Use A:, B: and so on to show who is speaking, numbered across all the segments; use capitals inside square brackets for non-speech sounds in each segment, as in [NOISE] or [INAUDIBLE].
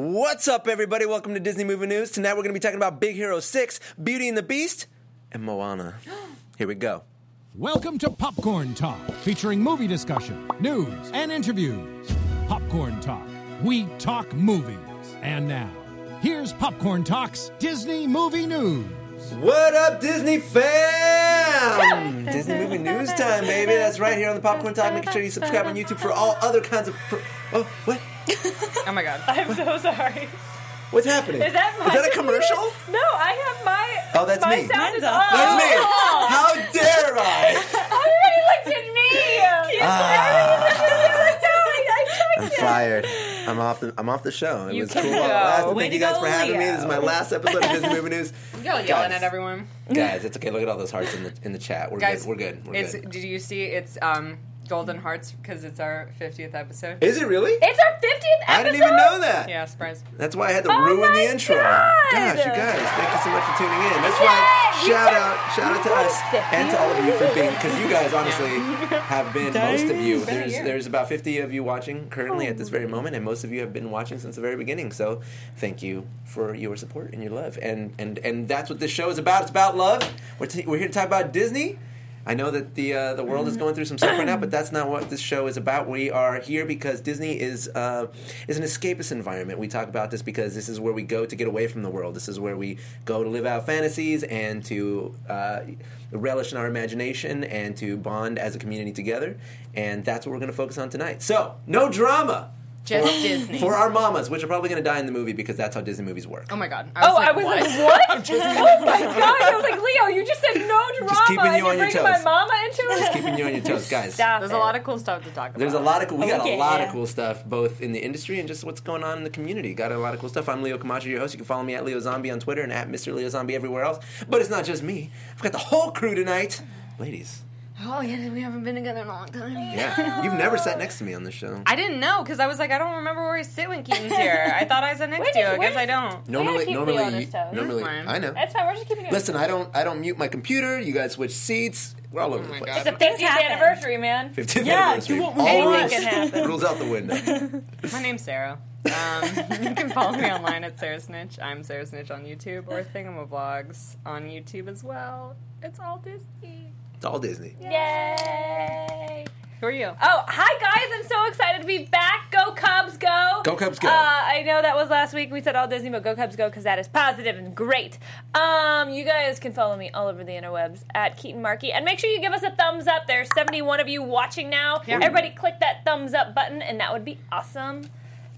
A: What's up, everybody? Welcome to Disney Movie News. Tonight we're going to be talking about Big Hero 6, Beauty and the Beast, and
B: [GASPS]
A: Moana. Here we go.
C: Welcome to Popcorn Talk, featuring movie discussion, news, and interviews. Popcorn Talk, we talk movies. And now, here's Popcorn Talk's Disney Movie News.
A: What up, Disney
B: [LAUGHS]
A: fam? Disney Movie News time, baby. That's right here on the Popcorn Talk. Make sure you subscribe on YouTube for all other kinds of. Pro- oh, what?
D: Oh my god.
B: I'm so sorry.
A: What's happening?
B: Is that my
A: Is that a commercial?
B: [LAUGHS] No, I have my.
A: Oh, that's
B: my
A: me.
B: Sound
D: Mine's
B: is
D: off.
B: off.
A: That's me.
B: Oh.
A: How dare
B: [LAUGHS]
A: I?
B: Everybody looked at
D: [LAUGHS]
B: me. Everybody
A: Ah. I'm
B: looked at me. I checked it.
A: fired. I'm off. The, I'm off the show. It
B: You
A: was
B: can
A: cool.
B: go.
A: Last,
D: Way
A: thank
D: to
A: you guys
D: go,
A: for having me.
D: Leo.
A: This is my last episode of Disney Movie News.
B: [LAUGHS]
D: You're
A: Guys.
D: yelling at everyone.
A: Guys, it's okay. Look at all those hearts in the in the chat. We're
D: Guys,
A: good. We're good. We're
D: it's,
A: good.
D: Did you see it's um, Golden Hearts because it's our 50th episode?
A: Is it really?
B: It's our 50th episode.
A: I didn't even know that.
D: yeah, surprise.
A: That's why I had to
B: Oh
A: ruin
B: my
A: the intro.
B: God.
A: Gosh, you guys, thank you so much for tuning in. That's
B: Yay!
A: why
B: You
A: shout
B: did-
A: out, shout out to
B: you
A: us
B: did it.
A: and to all of you for being because you guys
B: [LAUGHS]
A: honestly have been most of you.
D: been a
A: There's
D: year.
A: there's about 50 of you watching currently at this
B: Oh.
A: very moment, and most of you have been watching since the very beginning. So thank you for your support and your love, and and and that's what this show is about. It's about love. We're t- we're here to talk about Disney. I know that the uh, the world is
B: Mm-hmm.
A: going through some stuff right now, but that's not what this show is about. We are here because Disney is uh, is an escapist environment. We talk about this because this is where we go to get away from the world. This is where we go to live out fantasies and to uh, relish in our imagination and to bond as a community together. And that's what we're going to focus on tonight. So no drama
D: Just
A: for,
D: Disney.
A: for our mamas, which are probably going to die in the movie because that's how Disney movies work.
D: Oh my god.
B: Oh, I was like,
A: [LAUGHS]
B: what? [LAUGHS] oh my god! I was like, Leo, you just said no drama.
A: keeping you
B: and
A: on your
B: bringing
A: toes.
B: my mama into it.
A: Just keeping you on your toes, guys.
B: [LAUGHS] Stop
D: There's
B: it.
D: a lot of cool stuff to talk about.
A: There's a lot of cool. We got a
B: Okay,
A: lot of
B: yeah.
A: cool stuff, both in the industry and just what's going on in the community. Got a lot of cool stuff. I'm Leo Camacho, your host. You can follow me at Leo Zombie on Twitter and at Mr. Leo Zombie everywhere else. But it's not just me. I've got the whole crew tonight, ladies.
D: Oh yeah, we haven't been together in a long time.
A: Yeah, you've never sat next to me on this show.
D: I didn't know because I was like, I don't remember where I sit when Keaton's here. I thought I sat next
B: Wait,
D: to you. I
B: where's-
D: guess I don't.
A: normally,
B: keep Leo
A: normally,
B: on
A: you-
B: his toes.
A: normally,
D: That's fine.
A: I know.
B: That's fine. We're just keeping you.
A: Listen, I don't, I don't mute my computer. You guys switch seats. We're all over the
D: my
A: place.
D: God.
A: [LAUGHS]
B: It's the 50th
E: happen.
B: anniversary, man.
A: 15th
E: Yeah,
A: anniversary.
E: do what we
A: all
B: want.
A: rules,
B: Anything can
A: [LAUGHS]
B: happen.
A: rules out the window.
D: My name's Sarah. Um, [LAUGHS] you can follow me online at Sarah Snitch. I'm Sarah Snitch on YouTube or Thingamavlogs on YouTube as well. It's all Disney.
A: It's all Disney.
B: Yay!
D: Who are you?
B: Oh, hi guys! I'm so excited to be back. Go Cubs, go!
A: Go Cubs, go.
B: Uh, I know that was last week. We said all Disney, but go Cubs, go because that is positive and great. Um, you guys can follow me all over the interwebs at Keaton Markey, and make sure you give us a thumbs up. There's 71 of you watching now.
D: Yeah.
B: Everybody, click that thumbs up button, and that would be awesome.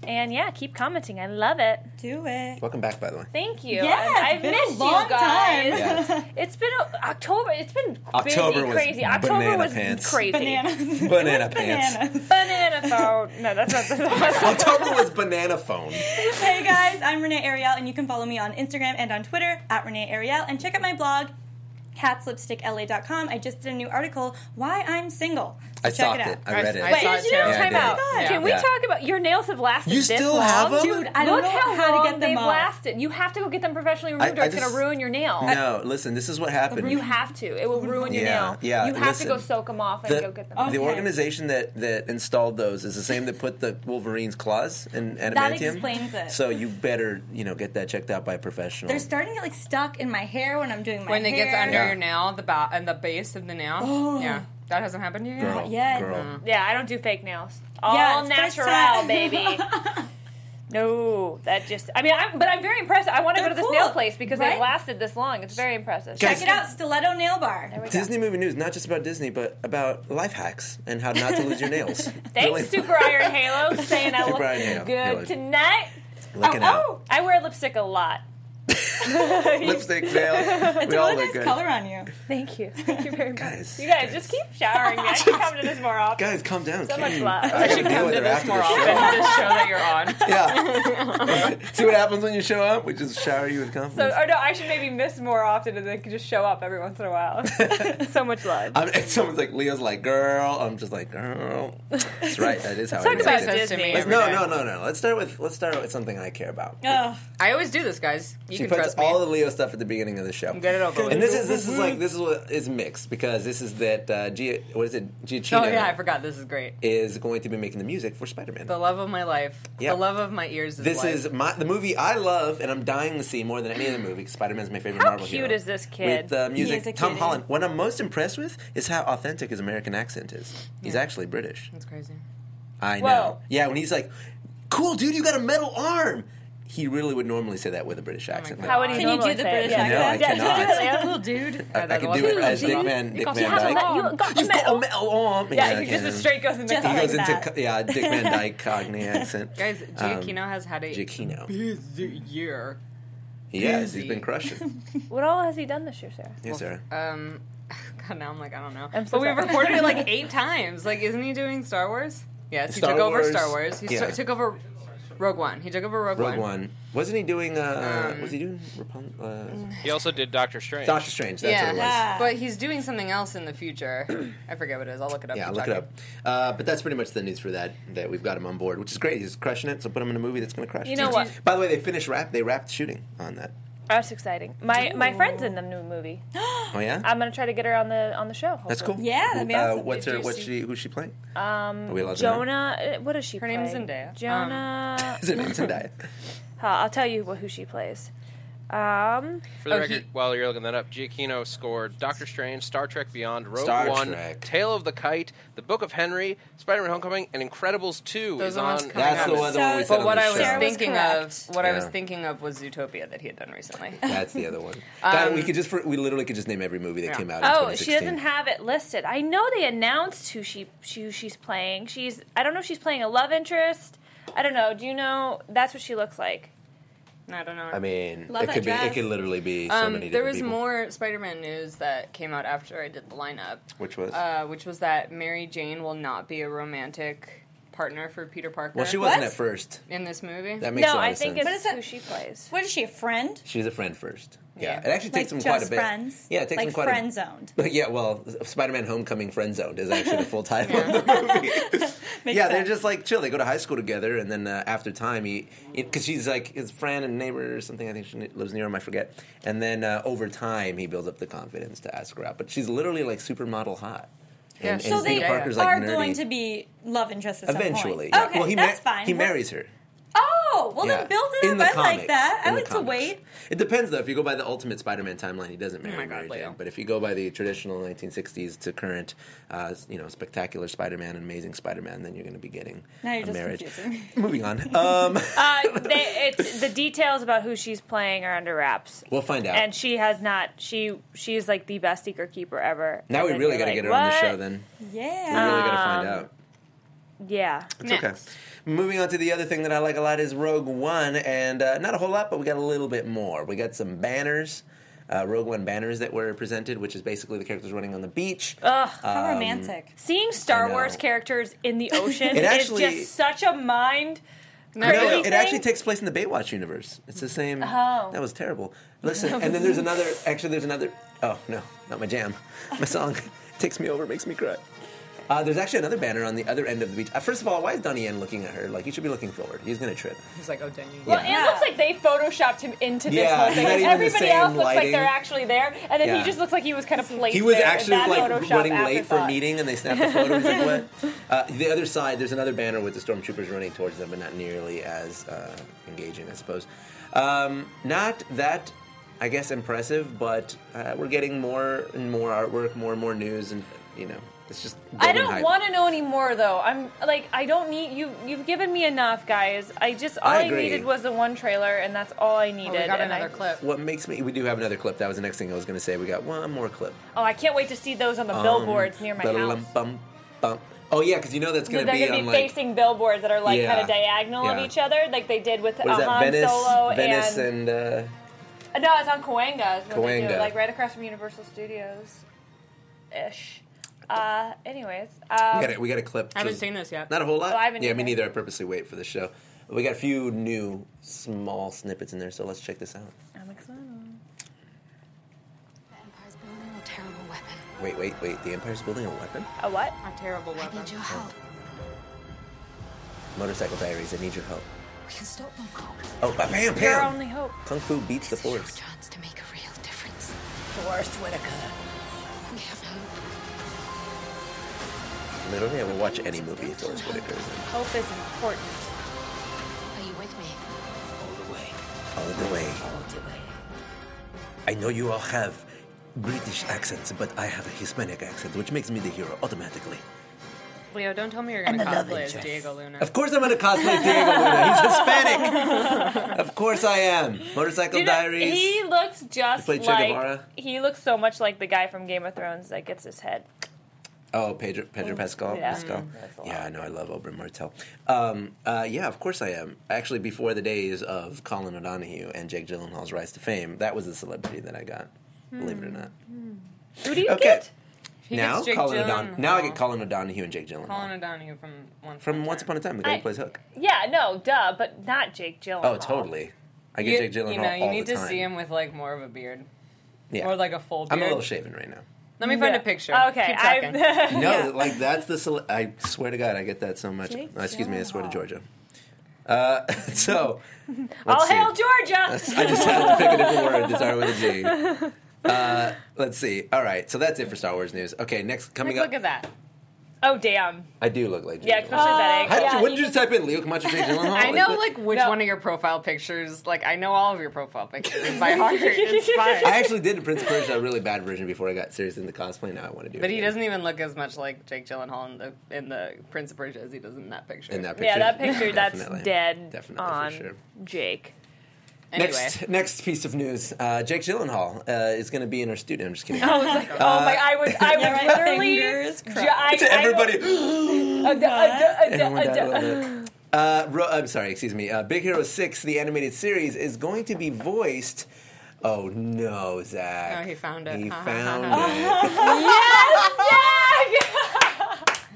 B: And yeah, keep commenting. I love it.
E: Do it.
A: Welcome back, by the way.
B: Thank you.
E: Yeah, it's
B: I- I've
E: been a
B: missed
E: long
B: you guys.
E: time.
A: Yeah.
B: It's been a, October. It's been
A: October
B: busy,
A: was
B: crazy. October
A: banana
B: was
A: pants.
B: crazy.
E: Bananas.
A: Banana
B: [LAUGHS]
E: It was
A: pants.
E: Bananas.
B: Banana [LAUGHS] phone. No,
A: [LAUGHS]
B: that's not. That's not
A: October was banana phone.
E: hey guys, I'm Renee Ariel, and you can follow me on Instagram and on Twitter at Renee Ariel, and check out my blog, catslipstickla.com. I just did a new article, Why I'm Single. So
A: I
E: check
A: stalked
E: it out.
A: it. I read it.
D: I
B: Wait,
D: saw
B: you
D: it too.
B: know,
A: Yeah, I
B: time
A: did.
B: out.
E: Yeah.
B: Can we
A: Yeah.
B: talk about your nails have lasted
A: You
B: this
A: still
B: long?
A: have them?
E: Dude, I don't
B: Look
E: know
B: how,
E: how to
B: long
E: get them
B: they've
E: off.
B: lasted. You have to go get them professionally removed,
A: I-
B: or
A: I
B: it's
A: just-
B: going to ruin your nail.
A: No, listen, this is what happened.
B: You have to. It will ruin your
A: Yeah,
B: nail.
A: yeah,
B: You have
A: listen.
B: to go soak them off and
A: the,
B: go get them.
A: the
B: off.
E: Okay.
A: organization that, that installed those is the same that put the Wolverine's claws in adamantium.
E: explains it.
A: So you better, you know, get that checked out by a professional.
E: They're starting to like stuck in my hair when I'm doing my
D: when
E: hair.
D: it gets under
A: Yeah.
D: your nail, the ba- and the base of the nail.
E: Oh.
D: Yeah, that hasn't happened to you.
A: girl,
D: Yet?
E: Not yet.
A: girl.
B: Yeah, I don't do fake nails. All
E: Yeah, it's first
B: natural,
E: time.
B: baby. No, that just. I mean, I'm, but I'm very impressed. I want to go
E: They're
B: to this
E: cool,
B: nail place because they've
E: right?
B: lasted this long. It's very impressive.
A: Guys,
E: Check it out, Stiletto Nail Bar.
A: Disney movie news, not just about Disney, but about life hacks and how not to lose your nails.
B: Thanks,
A: Really-
B: Super Iron Halo, saying I
A: Super
B: look
A: Iron Halo.
B: good
A: Halo.
B: tonight.
A: Looking out.
E: Oh,
B: I wear lipstick a lot.
A: Lipstick nails.
E: it's
A: we
E: a
A: all
E: really
A: look
E: nice
A: good.
E: color on you.
A: [LAUGHS]
B: Thank you. Thank you very much.
A: Guys,
B: you guys, just keep showering me. I
A: [LAUGHS]
B: should come to this more often.
A: Guys, calm down.
B: So much
A: Keaton.
B: love.
A: I gotta deal
D: Come
A: with
D: to
A: her
D: this
A: after
D: more
A: the
D: often.
A: show.
D: This show that you're on.
A: [LAUGHS] Yeah. [LAUGHS] See what happens when you show up? We just shower you with
B: So,
A: compliments.
B: or no, I should maybe miss more often and then could just show up every once in
A: [LAUGHS]
B: a while. so much love.
A: I'm, and someone's like, Leo's like, girl. I'm just like, girl. That's right. That is how
B: Talk
A: it is.
B: about
D: says to
B: Disney.
D: me
A: Let's-
D: every
A: no,
D: day.
A: no, no, no. Let's start with let's start with something I care about.
E: Ugh.
D: I always do this, guys. You
A: She
D: can
A: puts it's
D: Trust me.
A: all the Leo stuff at the beginning of the show.
D: Get it over with.
A: And this is this is like this is what is mixed because this is that uh, Gia, what is it? Giacchino
D: Oh yeah, I forgot. This is great.
A: is going to be making the music for Spider Man.
D: The love of my life.
A: Yeah.
D: The love of my ears is
A: This
D: life.
A: is my the movie I love, and I'm dying to see more than any other movie. Spider Man's my favorite
B: How
A: Marvel
B: cute
A: hero.
B: is this kid?
A: With uh,
E: is a
A: music, Tom
E: cutie.
A: Holland. What I'm most impressed with is how authentic his American accent is. He's actually British.
D: That's crazy.
A: I
B: Whoa.
A: know. Yeah, when he's like, "Cool, dude, you got a metal arm." He really would normally say that with a British accent.
B: Oh How would he
E: Can you
B: normally
E: do the
B: say it?
E: British
B: Yeah.
A: No, I
E: accent?
B: Yeah,
D: [LAUGHS]
E: [LAUGHS]
A: cannot.
B: do it, Leo.
D: Cool dude.
A: I, I could do it as Dick Van Dick Van
B: You have a
A: Dyke.
B: lot- you got
A: You've got
B: metal.
A: a metal arm.
B: Yeah,
A: I
B: you just
A: can.
B: a straight goes in the
E: Just
A: He
E: like
A: goes into
E: that.
A: co- yeah Dick
B: [LAUGHS]
A: Van Dyke Cockney accent.
D: Guys, Giacchino
A: Um,
D: has had a
A: Giacchino.
D: busy year.
A: He has. He's
D: Busy.
A: been
B: [LAUGHS]
A: crushing.
B: What all has he done this year, Sarah? Oh,
A: Yes, sir.
B: uh,
D: Um, [LAUGHS] God, now I'm like, I don't know.
B: I'm so
D: but we've
B: sorry.
D: reported it like eight times. Like, isn't he doing Star Wars? Yes, he
A: Star
D: took over
A: Wars.
D: Star Wars. He
A: Yeah.
D: st- took over Rogue One. He took over Rogue,
A: Rogue One. Wasn't he doing? Uh, was
B: um,
A: he doing Rapun- uh,
F: He also did Doctor Strange.
A: Doctor Strange? That's
D: yeah,
A: what it was.
D: but he's doing something else in
A: [CLEARS THROAT]
D: the future. I forget what it is. I'll look it up.
A: Yeah,
D: Keep
A: look it
D: talking.
A: up. Uh, but that's pretty much the news for that. That we've got him on board, which is great. He's crushing it. So put him in a movie that's going to crush.
B: You know
A: too.
B: what?
A: By the way, they finished wrap. They wrapped shooting on that.
B: That's exciting. My my friend's in the
A: [GASPS]
B: new movie.
A: Oh yeah,
B: I'm gonna try to get her on the on the show.
A: that's cool.
B: hopefully.
E: Yeah, that'd be
A: uh,
E: awesome.
A: What's her?
E: Did you
A: What's
E: see-
A: she? Who's she playing? Um, Are we allowed to know? Um.
B: Jonah, uh, what is she?
D: Her name's
B: playing?
D: Zendaya.
B: Jonah.
A: Is it Zendaya?
B: Huh, I'll tell you who she plays. Um,
F: For the
D: Oh,
F: record,
D: he-
F: while you're looking that up, Giacchino scored Doctor Strange, Star Trek Beyond, Rogue
A: Star
F: One,
A: Trek.
F: Tale of the Kite, The Book of Henry, Spider-Man: Homecoming, and Incredibles Two
D: Those
F: is
D: are
F: on.
D: ones coming
A: That's
D: up.
A: the one, the one we said
E: So- But
A: on
D: What
A: the
D: I was
A: show.
E: Sarah was
D: thinking
E: correct.
D: of, what I was
A: Yeah.
D: thinking of was Zootopia that he had done
A: [LAUGHS]
D: recently.
A: [LAUGHS] That's the other one. God, we could just we literally could just name every movie that
D: Yeah.
A: came out. in
B: oh, she
A: 2016.
B: doesn't have it listed. I know they announced who she she- who she's playing. She's I don't know if she's playing a love interest. I don't know. Do you know? That's what she looks like.
D: I don't know.
A: I mean,
E: Love
A: it
E: that
A: could be. It
E: dress.
A: could literally be so
D: um,
A: many.
D: there
A: different
D: was
A: people.
D: more Spider-Man news that came out after I did the lineup,
A: Which was?
D: uh, which was that Mary Jane will not be a romantic partner for Peter Parker.
A: well, she wasn't
E: what?
A: at first.
D: in this movie.
A: That makes a
B: no,
A: lot
B: I
A: of sense.
B: think it's
E: But is it-
B: who she
E: [LAUGHS]
B: plays.
E: What is she, a friend?
A: She's a friend first. Yeah,
D: Yeah.
A: it actually takes
E: like
A: them quite a
E: just
A: bit.
E: friends?
A: Yeah, it takes
E: like
A: them quite
E: friend
A: a
E: zoned.
A: bit. Yeah, well, Spider-Man: Homecoming Friend Zoned is actually the full title of the movie.
E: [LAUGHS]
A: [LAUGHS]
E: Makes
A: yeah, they're
E: sense.
A: just like chill. They go to high school together, and then uh, after time, he because she's like his friend and neighbor or something. I think she lives near him. I forget. And then uh, over time, he builds up the confidence to ask her out. But she's literally like supermodel hot. And,
D: Yeah.
E: So
A: and Peter
E: they
A: Parker's, like,
E: are
A: nerdy.
E: going to be love interests at some point.
A: eventually. yeah.
E: Okay,
A: well, he
E: that's
A: ma-
E: fine.
A: He
E: Well-
A: marries her.
E: Oh, well
A: Yeah.
E: then build it
A: In
E: up.
A: the
E: I
A: comics.
E: like that. I
A: In the
E: like to
A: comics.
E: wait. Oh
A: It depends, though. If you go by the Ultimate Spider-Man timeline, he doesn't marry
D: my God,
A: Mary
D: Leo.
A: Jane. But if you go by the traditional 1960s to current, uh, you know, spectacular Spider-Man and Amazing Spider-Man, then you're going to be getting
E: Now you're
A: a
E: just
A: marriage.
E: confusing me.
A: [LAUGHS] Moving on.
E: [LAUGHS]
A: Um,
B: Uh, they, it's, the details about who she's playing are under wraps.
A: we'll find out.
B: and she has not. She she is like the best secret keeper ever.
A: now
B: And
A: we
B: then
A: really
B: you're
A: got to
B: like,
A: get her on the
B: "What?"
A: show. Then we
E: Yeah.
A: really got to find
E: Um,
A: out.
B: Yeah,
A: It's okay.
D: Next.
A: Moving on to the other thing that I like a lot is Rogue One, and uh, not a whole lot, but we got a little bit more. We got some banners, uh, Rogue One banners that were presented, which is basically the characters running on the beach.
B: Oh,
A: Um,
E: How romantic.
B: seeing
A: I
B: Star
A: know.
B: Wars characters
A: [LAUGHS]
B: in the ocean
A: It actually-
B: is just such a mind.
D: No,
A: No,
B: Crazy
A: it actually
B: thing?
A: takes place in the Baywatch universe. It's the same.
B: Oh.
A: That was terrible. Listen, and then there's another. Actually, there's another. Oh no, not my jam. My song [LAUGHS] takes me over, makes me cry. Uh, there's actually another banner on the other end of the beach. Uh, first of all, why is Donnie Yen looking at her? Like he should be looking forward. He's gonna trip.
D: He's like, oh, dang you.
B: Well,
A: Yeah.
B: it looks like they photoshopped him into this
A: Yeah,
B: whole
A: he's
B: thing.
A: not
B: Like,
A: even the
B: everybody
A: same
B: else looks like
A: lighting.
B: they're actually there, and then
A: Yeah.
B: he just looks like he was kind of placed.
A: He was
B: there,
A: actually
B: and that
A: like
B: Photoshop
A: running late for a
B: afterthought.
A: meeting, and they snapped a photo. He's like, "What?"
B: [LAUGHS]
A: Uh, the other side, there's another banner with the stormtroopers running towards them, but not nearly as uh, engaging, I suppose. Um, not that, I guess, impressive, but uh, we're getting more and more artwork, more and more news, and you know, it's just.
B: I
A: golden
B: don't
A: hype.
B: want to know anymore, though. I'm like, I don't need you. You've given me enough, guys. I just all
A: I
B: I,
A: agree.
B: needed was the one trailer, and that's all I needed.
D: Oh, we got
B: and
D: another
B: I-
D: clip.
A: What makes me? We do have another clip. That was the next thing I was going to say. We got one more clip.
B: Oh, I can't wait to see those
A: Um,
B: on the billboards near my house.
A: Ba-da-lum-bum, bum. Oh yeah, because you know that's
B: They're
A: going to
B: going
A: be
B: to be
A: on like.
B: facing billboards that are like
A: Yeah.
B: kind of diagonal of
A: Yeah.
B: each other, like they did with
A: What
B: uh,
A: is that?
B: Han
A: Venice,
B: Solo
A: Venice, and.
B: and,
A: uh,
B: Uh, no, it's on Coanga. Is what they do,
A: Coanga.
B: like right across from Universal Studios, ish. Uh, anyways,
A: We
B: um,
A: got a, we got a clip.
D: I haven't
A: just-
D: seen this yet.
A: Not a whole lot.
B: Oh, I haven't
A: yeah, me
B: either.
A: neither. I purposely wait for the show. We got a few new small snippets in there, so let's check this out.
B: I'm excited.
G: The Empire's building a terrible weapon.
A: Wait, wait, wait. The Empire's building a weapon.
B: A what?
D: A terrible
G: I
D: weapon.
G: need your help.
A: Motorcycle Diaries. I need your help.
G: We can stop them.
A: Oh, bam, bam,
B: Your
A: bam.
B: only hope.
A: Kung Fu beats the
G: Your
A: force.
G: chance to make a real difference.
H: Forrest Whitaker.
G: We have hope.
A: Literally, I will watch any movie if Forrest Whitaker is in.
B: Hope is important.
G: Are you with me?
H: All the way.
A: All the way.
H: All the way.
A: I know you all have British accents, but I have a Hispanic accent, which makes me the hero automatically.
D: Leo, don't tell me you're going to
H: And a love
D: cosplay as
H: interest.
D: Diego Luna.
A: Of course, I'm gonna cosplay Diego Luna. He's Hispanic.
D: [LAUGHS]
A: of course, I am. Motorcycle
B: Dude,
A: Diaries.
B: He looks just
A: played Che
B: like
A: Guevara.
B: he looks so much like the guy from Game of Thrones that gets his head.
A: Oh, Pedro, Pedro Pascal.
B: yeah.
D: Mm,
A: Pascal.
B: That's a lot.
A: Yeah, I know. I love Oberyn Martell. Um, uh, yeah, of course I am. Actually, before the days of Colin O'Donoghue and Jake Gyllenhaal's rise to fame, that was the celebrity that I got. Believe it or not.
B: Who do you
A: Okay.
B: get?
D: Hmm. He
A: now,
D: gets Jake
A: Colin O'Don-
D: Gyllenhaal.
A: now I get Colin O'Donoghue and Jake Gyllenhaal
D: Colin O'Donoghue from Once
A: from Once Upon a Time, the guy
B: I-
A: who plays Hook.
B: Yeah, no, duh, but not Jake Gyllenhaal.
A: Oh, totally. I get Jake Gyllenhaal
D: You know, you
A: all
D: need
A: the
D: to
A: time.
D: see him with like more of a beard
A: yeah.
D: or like a full beard.
A: I'm a little shaven right now.
D: Let me find
B: Yeah.
D: a picture.
B: Okay,
D: Keep [LAUGHS]
B: [LAUGHS]
D: talking.
B: I,
A: [LAUGHS] No, like that's the. Cele- I swear to God, I get that so much. Uh, excuse me, I swear to Georgia. Uh, [LAUGHS]
B: [LAUGHS]
A: so,
B: all
A: let's see.
B: hail Georgia.
A: I just had to pick a different word to start with a G.
B: [LAUGHS]
A: Uh, let's see. All right, so that's it for Star Wars news. Okay, next coming
D: Look
A: up,
D: at that.
B: oh damn.
A: I do look like.
B: Yeah,
A: Jake
B: especially
A: Gyllenhaal.
D: Oh.
B: that egg.
A: How did
B: yeah,
A: you, what did you just type in? Leo Camacho
B: [LAUGHS]
A: Jake Gyllenhaal?
D: I know,
A: what-
D: like, which
B: No.
D: one of your profile pictures. Like, I know all of your profile pictures [LAUGHS] by heart. It's fine.
A: I actually did a Prince of Persia, a really bad version, before I got serious into cosplay. Now I want to do. it
D: But he
A: again.
D: doesn't even look as much like Jake Gyllenhaal in the in the Prince of Persia as he does in that picture.
A: In that picture,
B: Yeah, that
A: [LAUGHS]
B: picture
A: Definitely.
B: that's dead
A: Definitely, for
B: on
A: sure.
B: Jake.
D: anyway,
A: Next, next piece of news: uh, Jake Gyllenhaal uh, is going to be in our studio. I'm just kidding.
B: I was like, [LAUGHS] oh my! I would, I would
E: right,
B: literally.
E: fingers
B: ju-
E: crossed.
B: I-
A: Uh, to
B: I would-
A: everybody. [GASPS]
B: Uh, duh, uh, duh, uh, duh,
A: Everyone
B: uh,
A: died a
B: duh.
A: little bit. Uh, Ro- I'm sorry, excuse me. Uh, Big Hero 6, the animated series, is going to be voiced. Oh no, Zach.
D: Oh, he found it.
B: [LAUGHS]
A: He
D: Ha, ha,
A: found
D: ha,
A: it.
B: Oh Yes,
E: [LAUGHS]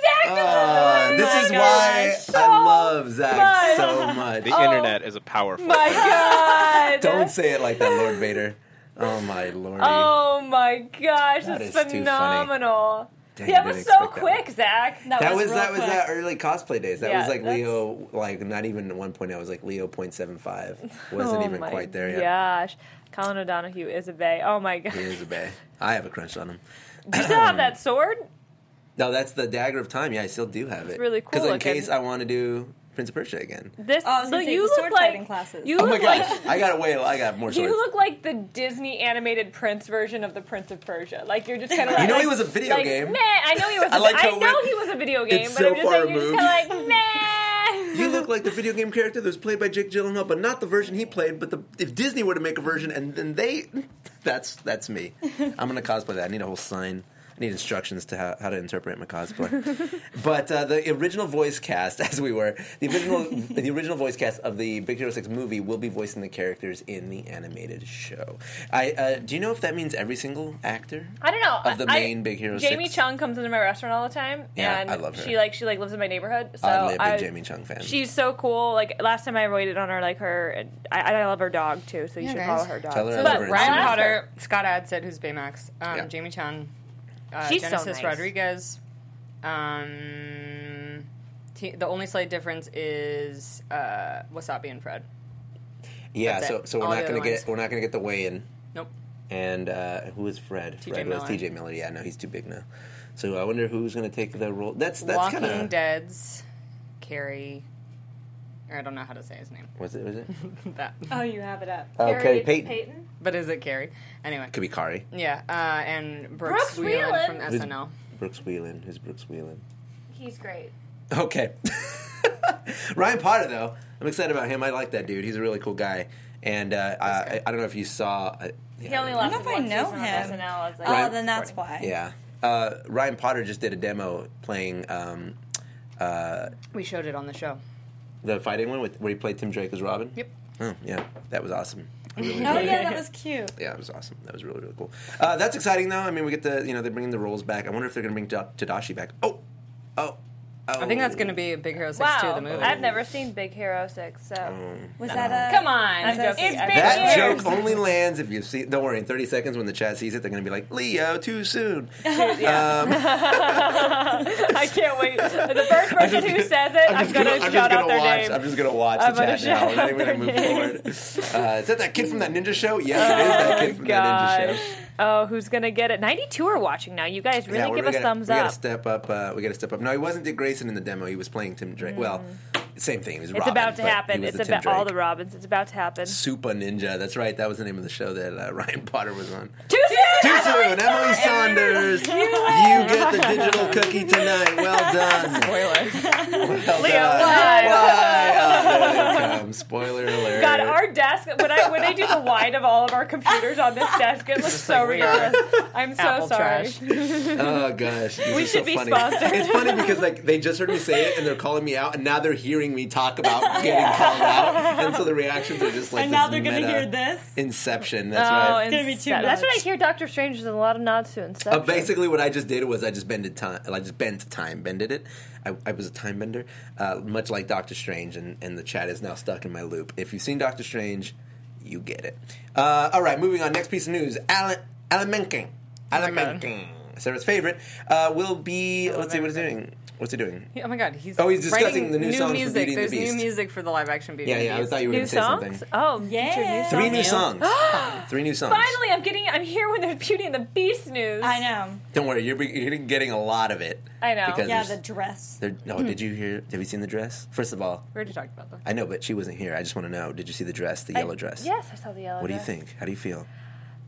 B: Zach!
A: Uh, this is why I love Zach so much.
F: The internet is a powerful.
B: my god!
A: Don't say it like that, Lord Vader. Oh my lordy.
B: Oh my gosh,
A: That
B: that's
A: is too funny.
B: phenomenal.
A: Dang, I
B: That
A: didn't
B: was so
A: expect that
B: quick,
A: one.
B: Zach.
A: That was
E: real
A: that was
E: quick.
A: that early cosplay days. That
B: Yeah,
A: was like
B: that's-
A: Leo, like not even one point. I was like Leo
B: [LAUGHS]
A: 0.75. Wasn't
B: oh
A: even
B: my
A: quite there yet.
B: Gosh, Colin O'Donoghue is a bay. Oh my god!
A: He
B: Do
A: is a bay. I have a crunch on him.
B: you still have that sword?
A: [CLEARS THROAT] No, that's the dagger of time. Yeah, I still do have it.
B: really cool
A: Because in
B: looking.
A: case I want to do Prince of Persia again.
B: This
E: Oh, I was
B: so
E: gonna say
B: you
E: the
B: look
E: sword
B: like
E: fighting classes.
B: you
A: Oh my
B: look like
A: gosh, I got way. I got more swords.
B: [LAUGHS] you look like the Disney animated prince version of the Prince of Persia. Like you're just kind of like,
A: You know he
B: like-
A: was a video
B: like,
A: game.
B: Meh, I know he was.
A: I
B: I
A: like how
B: I know
A: we're-
B: he was a video game,
A: It's
B: but
A: so
B: I'm just
A: far
B: like you're
A: removed.
B: just kind of like meh.
A: You look like the video game character that was played by Jake Gyllenhaal, but not the version he played. But the, if Disney were to make a version, and then they, [LAUGHS] that's that's me. I'm gonna cosplay that. I need a whole sign. I need instructions to how, how to interpret my cosplay. but uh, the original voice cast, [LAUGHS] as we were, the original the original voice cast of the Big Hero Six movie will be voicing the characters in the animated show. I uh, do you know if that means every single actor?
B: I don't know.
A: Of the
B: I-
A: main Big Hero
B: Jamie
A: 6.
B: Chung comes into my restaurant all the time,
A: Yeah,
B: and
A: I love her.
B: she like she like lives in my neighborhood. So
A: Oddly, a big
B: I-
A: Jamie Chung fan.
B: She's so cool. Like last time I waited on her, like her, and I, and I love her dog too. So you should
D: guys.
B: follow her dog.
A: Tell her I
B: But
A: love her and
B: Ryan
D: Ryan
A: Sue.
B: Potter-
D: Potter, Scott Adsit, who's Baymax, um,
A: Yeah.
D: Jamie Chan, uh,
B: She's so
D: Genesis
B: nice.
D: Rodriguez. Um, t- the only slight difference is uh, Wasabi and Fred.
A: Yeah,
D: That's
A: so
D: it.
A: so we're
D: All
A: not
D: the
A: gonna
D: other
A: get
D: ones.
A: we're not gonna get the weigh in.
D: Nope.
A: And uh, who is Fred?
D: T.J.
A: Fred was
D: Miller.
A: T.J. Miller. Yeah, no, he's too big now. So I wonder who's going to take the role. That's that's
D: Walking
A: kind of
D: Dead's Carrie. Or I don't know how to say his name. [LAUGHS]
A: was it was it?
D: that,
E: Oh, you have it up.
A: okay, Peyton.
D: but is it Carrie? Anyway,
A: could be Kari.
D: yeah, uh, and Brooks,
B: Brooks
D: Wheelan,
B: Wheelan.
D: from SNL.
A: Brooks Wheelan. Who's Brooks Wheelan?
B: He's great.
A: Okay. [LAUGHS] Ryan Potter though, I'm excited about him. I like that dude. He's a really cool guy. And uh, I, I I don't know if you saw. Uh, yeah,
B: He only
A: I-
B: lasted
E: don't know if I
B: one
E: know
B: season on
E: him.
B: SNL. I was like,
E: Oh,
A: Right.
E: then that's why.
A: Yeah. Uh, Ryan Potter just did a demo playing um,
D: We showed it on the show.
A: the fighting one with, where he played Tim Drake as Robin.
D: Yep.
A: Oh yeah, that was awesome. I really
E: Oh
A: enjoyed it. [LAUGHS]
E: yeah, that was cute.
A: yeah, it was awesome. That was really really cool. Uh, that's exciting though. I mean, we get the you know they're bringing the roles back. I wonder if they're going to bring Ta- Tadashi back. Oh, oh, Oh.
D: I think that's going to be Big Hero 6
B: Wow,
D: 2, the movie.
B: I've never seen Big Hero Six, so
A: Mm.
E: Was that a
B: come on,
E: I'm joking.
B: it's
E: I'm
B: been
A: That
B: years.
A: joke only lands if you see. Don't worry, in 30 seconds when the chat sees it, they're going to be like, Leo, too soon.
B: [LAUGHS] I can't wait. The first person who says it, I'm, gonna
A: I'm
B: shout
A: just
B: out
A: gonna
B: their
A: watch.
B: name.
A: I'm just gonna watch
B: I'm
A: the
B: gonna
A: chat now.
B: shout
A: We're not
B: out
A: even gonna move
B: their
A: forward. Uh, is that that kid from that ninja show?
B: [LAUGHS]
A: Yes, it is that kid from that ninja
B: gosh.
A: show.
B: Oh, who's gonna get it? 92 are watching now. You guys really
A: we're-
B: give
A: we
B: us
A: gotta,
B: thumbs
A: we
B: up.
A: Gotta step up. Uh, we got to step up. No, he wasn't Dick Grayson in the demo. He was playing Tim Drake. Well, same thing. He was.
B: Mm. it's about to happen. It's about all the
A: Robin.
B: Robins. It's about to happen.
A: Super Ninja. That's right. That was the name of the show that uh, [LAUGHS] Ryan Potter was on.
B: Too
A: Too
B: soon.
A: soon, Emily Saunders. You get the digital cookie tonight. Well done.
D: Spoiler.
A: Well
B: Leo,
A: done.
B: why?
A: Why? Oh, there it comes. Spoiler alert.
B: God, our desk. When I when I do the wide of all of our computers on this desk, it looks so
D: like,
B: ridiculous. I'm so
D: Apple
B: sorry.
D: trash.
A: Oh gosh, This
B: We
A: is
B: should
A: so
B: be
A: funny.
B: sponsored.
A: It's funny because like they just heard me say it and they're calling me out, and now they're hearing me talk about getting called out, and so the reactions are just like.
E: and
A: this
E: now they're gonna
A: meta
E: hear this.
A: Inception. That's
B: Oh,
A: right.
E: gonna be too
B: Inception. That's what I
E: much.
B: hear. Doctor Strange is a lot of nods to Inception.
A: Uh, basically, what I just did was I just bended time. I just bent time, bended it. I, I was a time bender, uh, much like Doctor Strange, and, and the chat is now stuck in my loop. If you've seen Doctor Strange, you get it. Uh, all right, moving on. Next piece of news: Alan Alan Menken,
B: Oh
A: Alan Menken, Sarah's favorite, uh, will be. let's see what he's doing. What's he doing?
D: [LAUGHS] oh my god, he's
A: Oh, he's discussing
D: writing
A: the new songs for
D: music.
A: Beauty and the
D: There's
A: Beast.
D: new music for the live action Beauty
A: Yeah,
D: and the
A: yeah. I
D: Beast.
A: thought you were
B: new
A: going to say
B: songs.
A: something.
B: Oh, yeah.
E: Yeah.
A: Three new
B: [GASPS]
A: songs. Three new songs.
B: Finally, I'm getting. I'm here when there's Beauty and the Beast news.
E: I know.
A: Don't worry, you're, be- you're getting a lot of it.
B: I know.
A: Because
E: Yeah,
A: there's-
E: the dress.
A: there- no, did you hear? Have you seen the dress? First of all,
D: We already talked about that.
A: I know, but she wasn't here. I just want to know: Did you see the dress, the yellow dress?
B: Yes, I saw the yellow.
A: What do you
B: dress.
A: think? How do you feel?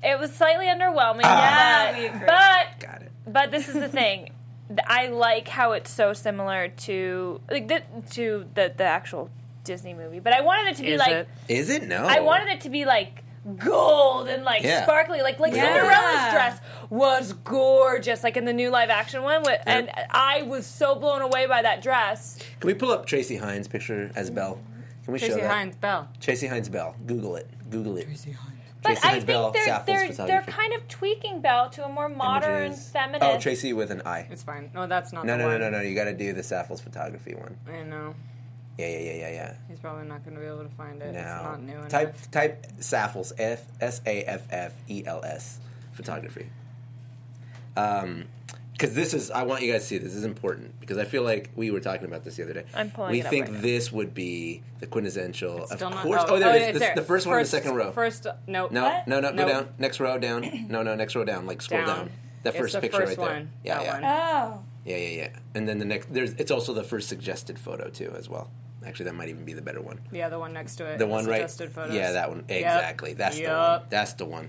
B: It was slightly underwhelming.
E: Yeah,
B: but-
E: we agree.
B: But
A: Ah. Got it.
B: but this is the thing. Th- I like how it's so similar to like the, to the the actual Disney movie. But I wanted it to be
D: Is
B: like
D: it?
A: Is it no?
B: I wanted it to be like gold and like
A: Oh. Yeah.
B: sparkly, like like
A: Yeah.
B: Cinderella's dress was gorgeous, like in the new live action one. With, And I was so blown away by that dress.
A: Can we pull up Tracy Hines' picture as Belle? Can we show
D: Tracy
A: that?
D: Hines, Bell.
A: Tracy Hines Bell. Google it. Google it. Tracy
B: But I
A: Hines
B: think
A: Bell,
B: they're
A: Sappho's
B: they're, they're
A: photography.
B: kind of tweaking Belle to a more modern,
A: Images.
B: feminist.
A: Oh, Tracy with an I.
D: It's fine. No, that's not
A: No,
D: the
A: no, no,
D: one.
A: no, no. You got to do the Sappho's photography one.
D: no. I know.
A: Yeah, yeah, yeah, yeah, yeah.
D: He's probably not going to be able to find it. It's
A: Now
D: not new enough.
A: type type Saffles F S A F F E L S photography. Um, because this is I want you guys to see this. This is important because I feel like we were talking about this the other day.
B: I'm pulling
A: We
B: it up
A: think
B: right now.
A: this would be the quintessential. of
D: Still not-
A: course. oh, there it is.
D: it's
A: This- the first one in the second row.
D: First, no.
A: no,
D: what?
A: no, no, go down. Next row down. [CLEARS THROAT] No, no, next row down. Like scroll down.
D: Down.
A: That
D: It's
A: first
D: the
A: picture
D: first
A: right there.
D: one.
A: Yeah,
D: That
A: yeah,
D: one.
E: Oh,
A: yeah, yeah, yeah. And then the next. There's. It's also the first suggested photo too, as well. Actually, that might even be the better one.
D: Yeah, the one next to it.
A: The one right,
D: Suggested photos.
A: yeah, that one
D: Yep.
A: exactly. That's the one.
D: Yep.
A: That's the one.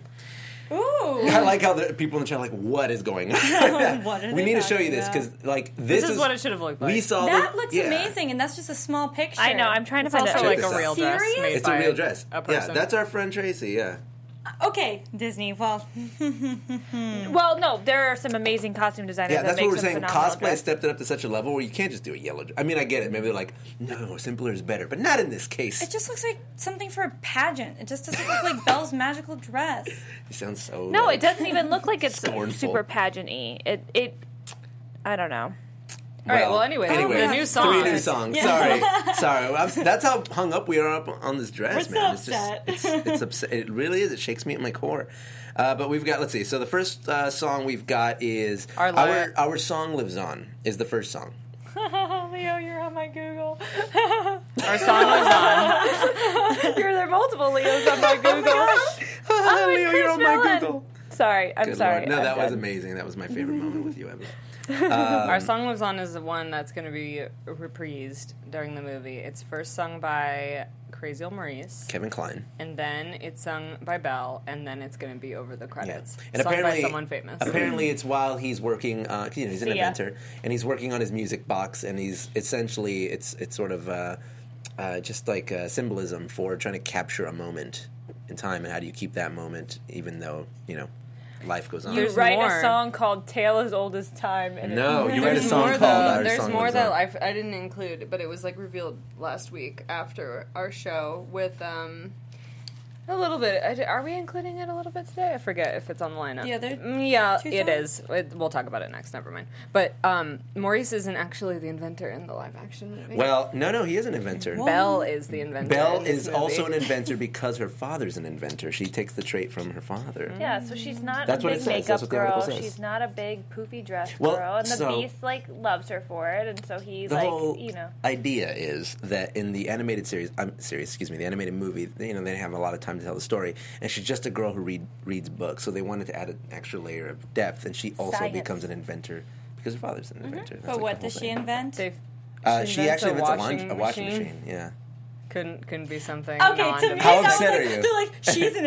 E: ooh.
A: I like how the people in the chat are like, "What is going on?" [LAUGHS]
E: [LAUGHS] What are
A: we
E: they
A: need to show
E: talking
A: you this because, like, this,
D: This is what it should have looked like.
A: We saw
E: That
A: the-
E: looks
A: yeah.
E: amazing, and that's just a small picture.
B: I know. I'm trying to
D: It's
B: find
D: also
A: Check
B: it.
D: like
A: this
D: a
A: out.
D: real dress
E: Serious?
D: made
A: It's
D: by
A: a real dress.
D: A
A: yeah,
D: person.
A: that's our friend Tracy. Yeah,
E: Okay, Disney. Well,
B: well, no, there are some amazing costume designers.
A: yeah.
B: that
A: That's
B: make
A: what we're
B: some
A: saying.
B: phenomenal
A: Cosplay
B: dress.
A: stepped it up to such a level where you can't just do a yellow. dr- I mean, I get it. Maybe they're like, "No, simpler is better," but not in this case.
E: it just looks like something for a pageant. It just doesn't look like Belle's magical dress.
A: It sounds so.
B: No,
A: like,
B: it doesn't even look
A: [LAUGHS]
B: like it's
A: Scornful.
B: super pageant-y. It it I don't know.
D: All right. Well, anyway, the new song.
A: Three new songs. Sorry, sorry. I'm, that's how hung up we are up on this dress,
E: We're so
A: man.
E: upset.
A: It's just, it's, it's upset. It really is. It shakes me at my core. Uh, but we've got. Let's see. So the first uh, song we've got is
D: Our
A: our,
D: la-
A: our song lives on. Is the first song.
B: Leo, you're on my Google.
D: Our song was on.
B: [LAUGHS] you're there multiple Leos [LAUGHS] on Oh my Google.
A: [LAUGHS] Oh,
B: and
A: Leo,
B: Chris
A: you're on my
B: Rowland.
A: Google.
B: Sorry, I'm
A: Good
B: sorry.
A: Lord. No,
B: I'm
A: that was
B: done.
A: amazing. That was my favorite moment with you, Emma. Um,
D: Our song lives on is the one that's going to be reprised during the movie. It's first sung by Crazy Ol' Maurice,
A: Kevin Klein.
D: and then it's sung by Belle, and then it's going to be over the
A: Yeah.
D: credits.
A: And
D: sung
A: apparently,
D: by someone famous.
A: Apparently, it's while he's working. Uh, 'cause, you know, he's an
B: See ya.
A: inventor, and he's working on his music box, and he's essentially it's it's sort of uh, uh, just like uh, symbolism for trying to capture a moment in time, and how do you keep that moment, even though you know life goes on.
B: You
D: There's
B: write
D: more.
B: a song called "Tale as Old as Time." And
A: no, you write a
B: [LAUGHS]
D: There's
A: song
D: more
A: called.
D: though.
A: Our
D: There's
A: Song
D: more
A: Goes
D: that
A: On.
D: I, I didn't include, but it was like revealed last week after our show with um, A little bit. I d- Are we including it a little bit today? I forget if it's on the lineup.
E: The other
D: Mm, yeah,
E: two
D: it
E: songs?
D: is. It- we'll talk about it next. Never mind. But um, Maurice isn't actually the inventor in the live action movie.
A: Well, no, no, he is an inventor.
D: Belle is the inventor.
A: Belle
D: in this
A: is
D: movie.
A: also an inventor because her father's an inventor. She takes the trait from her father.
B: Yeah, so she's not
A: That's
B: a
A: what
B: big
A: it says.
B: makeup
A: That's what the
B: girl.
A: article says.
B: She's not a big poofy dress
A: Well,
B: girl, and the
A: so-
B: beast like loves her for it, and so he
A: The
B: like
A: whole
B: you know.
A: idea is that in the animated series, I'm serious, excuse me, the animated movie, they- you know, they have a lot of time to tell the story, and she's just a girl who read, reads books, so they wanted to add an extra layer of depth, and she also
B: Science.
A: becomes an inventor because her father's an inventor. That's
E: But
A: like
E: what
A: the whole
E: does she
A: thing.
E: invent?
D: They've-
A: Uh, she
D: invents
A: actually invents a,
D: washing
A: laun- a washing machine. Yeah.
D: Couldn't couldn't be something.
E: Okay,
D: non-
E: to me,
A: How
E: that was
A: upset
E: like,
A: are you?
E: They're like, she's an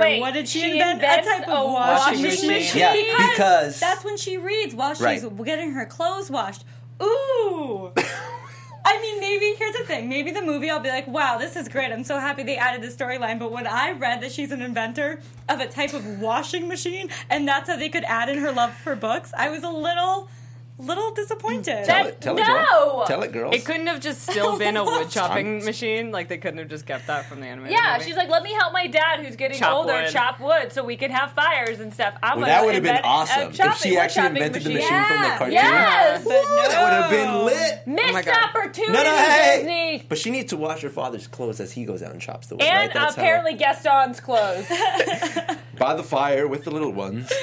B: [LAUGHS] Wait,
E: what did she,
B: she
E: invent?
B: invents
E: a type
B: a
E: of washing,
D: washing
E: machine.
D: machine.
A: Yeah, because-
E: that's when she reads while she's
A: Right.
E: getting her clothes washed. Ooh. I mean, maybe here's the thing. Maybe the movie, I'll be like, "Wow, this is great! I'm so happy they added this storyline." But when I read that she's an inventor of a type of washing machine, and that's how they could add in her love for books, I was a little, little
A: Tell
E: disappointed.
B: That-
A: it, tell it,
B: no!
A: girl. Tell it, girls.
D: It couldn't have just
A: [LAUGHS]
D: still been a wood chopping machine. Like they couldn't have just kept that from the animated.
B: Yeah,
D: movie?
B: she's like, let me help my dad who's getting
D: Chop
B: older
D: wood.
B: chop wood so we can have fires and stuff. I'm
A: Well,
B: gonna
A: that would have been
B: invent a
A: awesome if
B: chopping-
A: she
B: wood
A: actually
B: chopping
A: invented the machine from the
E: Yeah.
A: cartoon.
B: Yes!
E: But
A: Woo, That would have
E: no.
A: been lit. Oh
D: my
B: Missed
D: God.
B: opportunity,
A: No, no, hey!
B: Disney.
A: But she needs to wash her father's clothes as he goes out and chops the wood.
B: And
A: right? That's how-
B: apparently
A: [LAUGHS]
B: Gaston's clothes.
A: by the fire with the little ones,
B: [LAUGHS]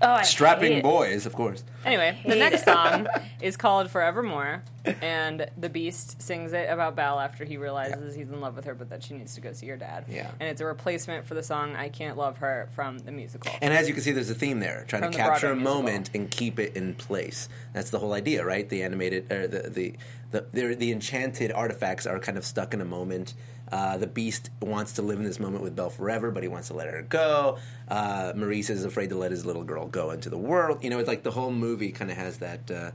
B: Oh, I hate
A: strapping
B: it.
A: boys, of course.
D: Anyway, the next song
A: [LAUGHS]
D: is called Forevermore, and the Beast sings it about Belle after he realizes he's in love with her, but that she needs to go see her dad.
A: Yeah.
D: And it's a replacement for the song I Can't Love Her from the musical.
A: And as you can see, there's a theme there, trying
D: From
A: to
D: the
A: capture a
D: Broadway musical.
A: moment and keep it in place. That's the whole idea, right? The animated, or the the the, they're- the enchanted artifacts are kind of stuck in a moment. Uh, the beast wants to live in this moment with Belle forever, but he wants to let her go. Uh, Maurice is afraid to let his little girl go into the world. You know, it's like the whole movie kind of has that. Uh,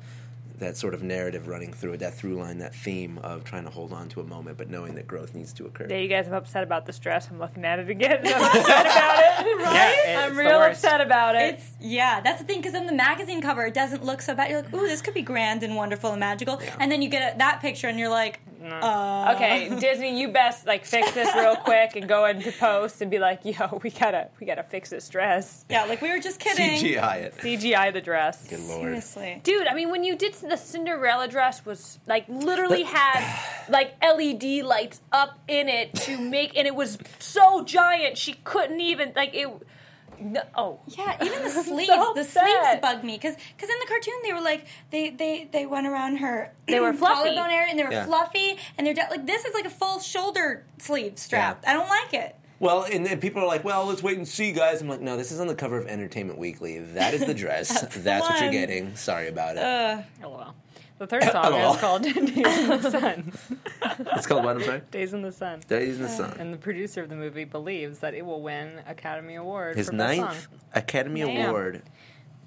A: that sort of narrative running through it, that through line, that theme of trying to hold on to a moment, but knowing that growth needs to occur.
B: Yeah, you guys, I'm upset about this dress. I'm looking at it again. I'm upset about it.
D: Yeah, it's
B: I'm
D: the
B: real
D: worst.
B: upset about it.
E: It's yeah, that's the thing because in the magazine cover it doesn't look so bad. You're like, ooh, this could be grand and wonderful and magical, and then you get a, that picture and you're like, uh,
B: Okay, Disney, you best like fix this real quick and go into post and be like, "Yo, we gotta, we gotta fix this dress."
E: yeah, like we were just kidding.
A: CGI it.
B: CGI the dress,
A: Good lord.
E: Seriously,
B: dude. I mean, when you did the Cinderella dress, was like literally had
A: [SIGHS]
B: like LED lights up in it to make, and it was so giant she couldn't even like it. No, oh,
E: yeah, [LAUGHS] even the
B: [LAUGHS]
E: sleeves,
B: So
E: the
B: upset.
E: sleeves bug me because in the cartoon they were like they they they went around her [CLEARS THROAT]
B: They were fluffy.
E: collarbone area and they were
A: Yeah.
E: fluffy and they're de- like this is like a full shoulder sleeve strap.
A: Yeah.
E: I don't like it.
A: Well, and then people are like, "Well, let's wait and see, guys." I'm like, "No, this is on the cover of Entertainment Weekly. That is the
D: [LAUGHS]
A: dress. That's, what you're
E: one.
A: getting. Sorry about it.
D: Uh, LOL. Oh,
A: [LAUGHS]
D: The third song
A: LOL.
D: is called [LAUGHS] Days in
A: [LAUGHS]
D: the Sun.
A: it's called what? I'm sorry.
D: Days in the Sun.
A: Days in the Sun.
D: And the producer of the movie believes that it will win Academy Award
A: His
D: for best
A: ninth
D: song.
A: Academy
D: Yeah.
A: Award.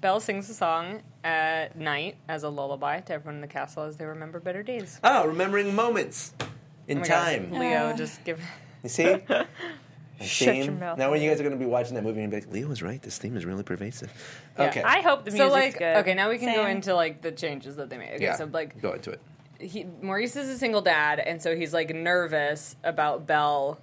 D: Belle sings the song at night as a lullaby to everyone in the castle as they remember better days.
A: Oh, remembering moments in
D: Oh my God,
A: time.
D: Leo just give [LAUGHS]
A: You see. A
B: Shut your
A: theme.
B: mouth,
A: Now, when you guys are going to be watching that movie, and be like, "Leo was right. This theme is really pervasive."
D: Yeah.
A: Okay.
B: I hope the
D: So
B: music's
D: like
B: good.
D: okay, now we can go
E: Same.
D: into like the changes that they made. Okay,
A: yeah.
D: so like
A: go into it.
D: he, Maurice is a single dad, and so he's like nervous about Belle,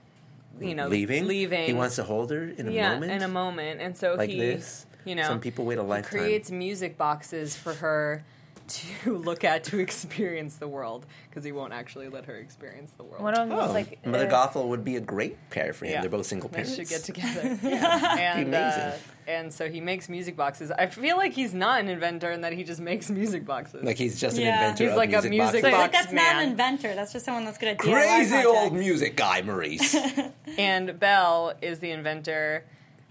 D: you know,
A: leaving.
D: Leaving.
A: He wants to hold her in a
D: yeah,
A: moment.
D: in a moment, and so
A: Like
D: he,
A: this?
D: you know,
A: Some people wait a
D: he
A: lifetime.
D: creates music boxes for her [LAUGHS] to look at to experience the world because he won't actually let her experience the world.
B: one of them
A: Oh,
B: was like
A: Mother
B: uh,
A: Gothel would be a great pair for him.
D: Yeah.
A: They're both single
D: They
A: parents.
D: should get
A: [LAUGHS]
D: together. yeah. And
A: amazing.
D: uh, and so he makes music boxes. I feel like he's not an inventor and that he just makes music boxes.
A: Like he's just
E: Yeah.
A: an inventor
D: He's
A: of
D: like a
A: music
D: music
A: boxes.
E: But [LAUGHS]
D: box
E: that's not
D: man.
E: an inventor. That's just someone that's good at DIY
A: Crazy old
E: projects.
A: music guy, Maurice.
D: and Belle is the inventor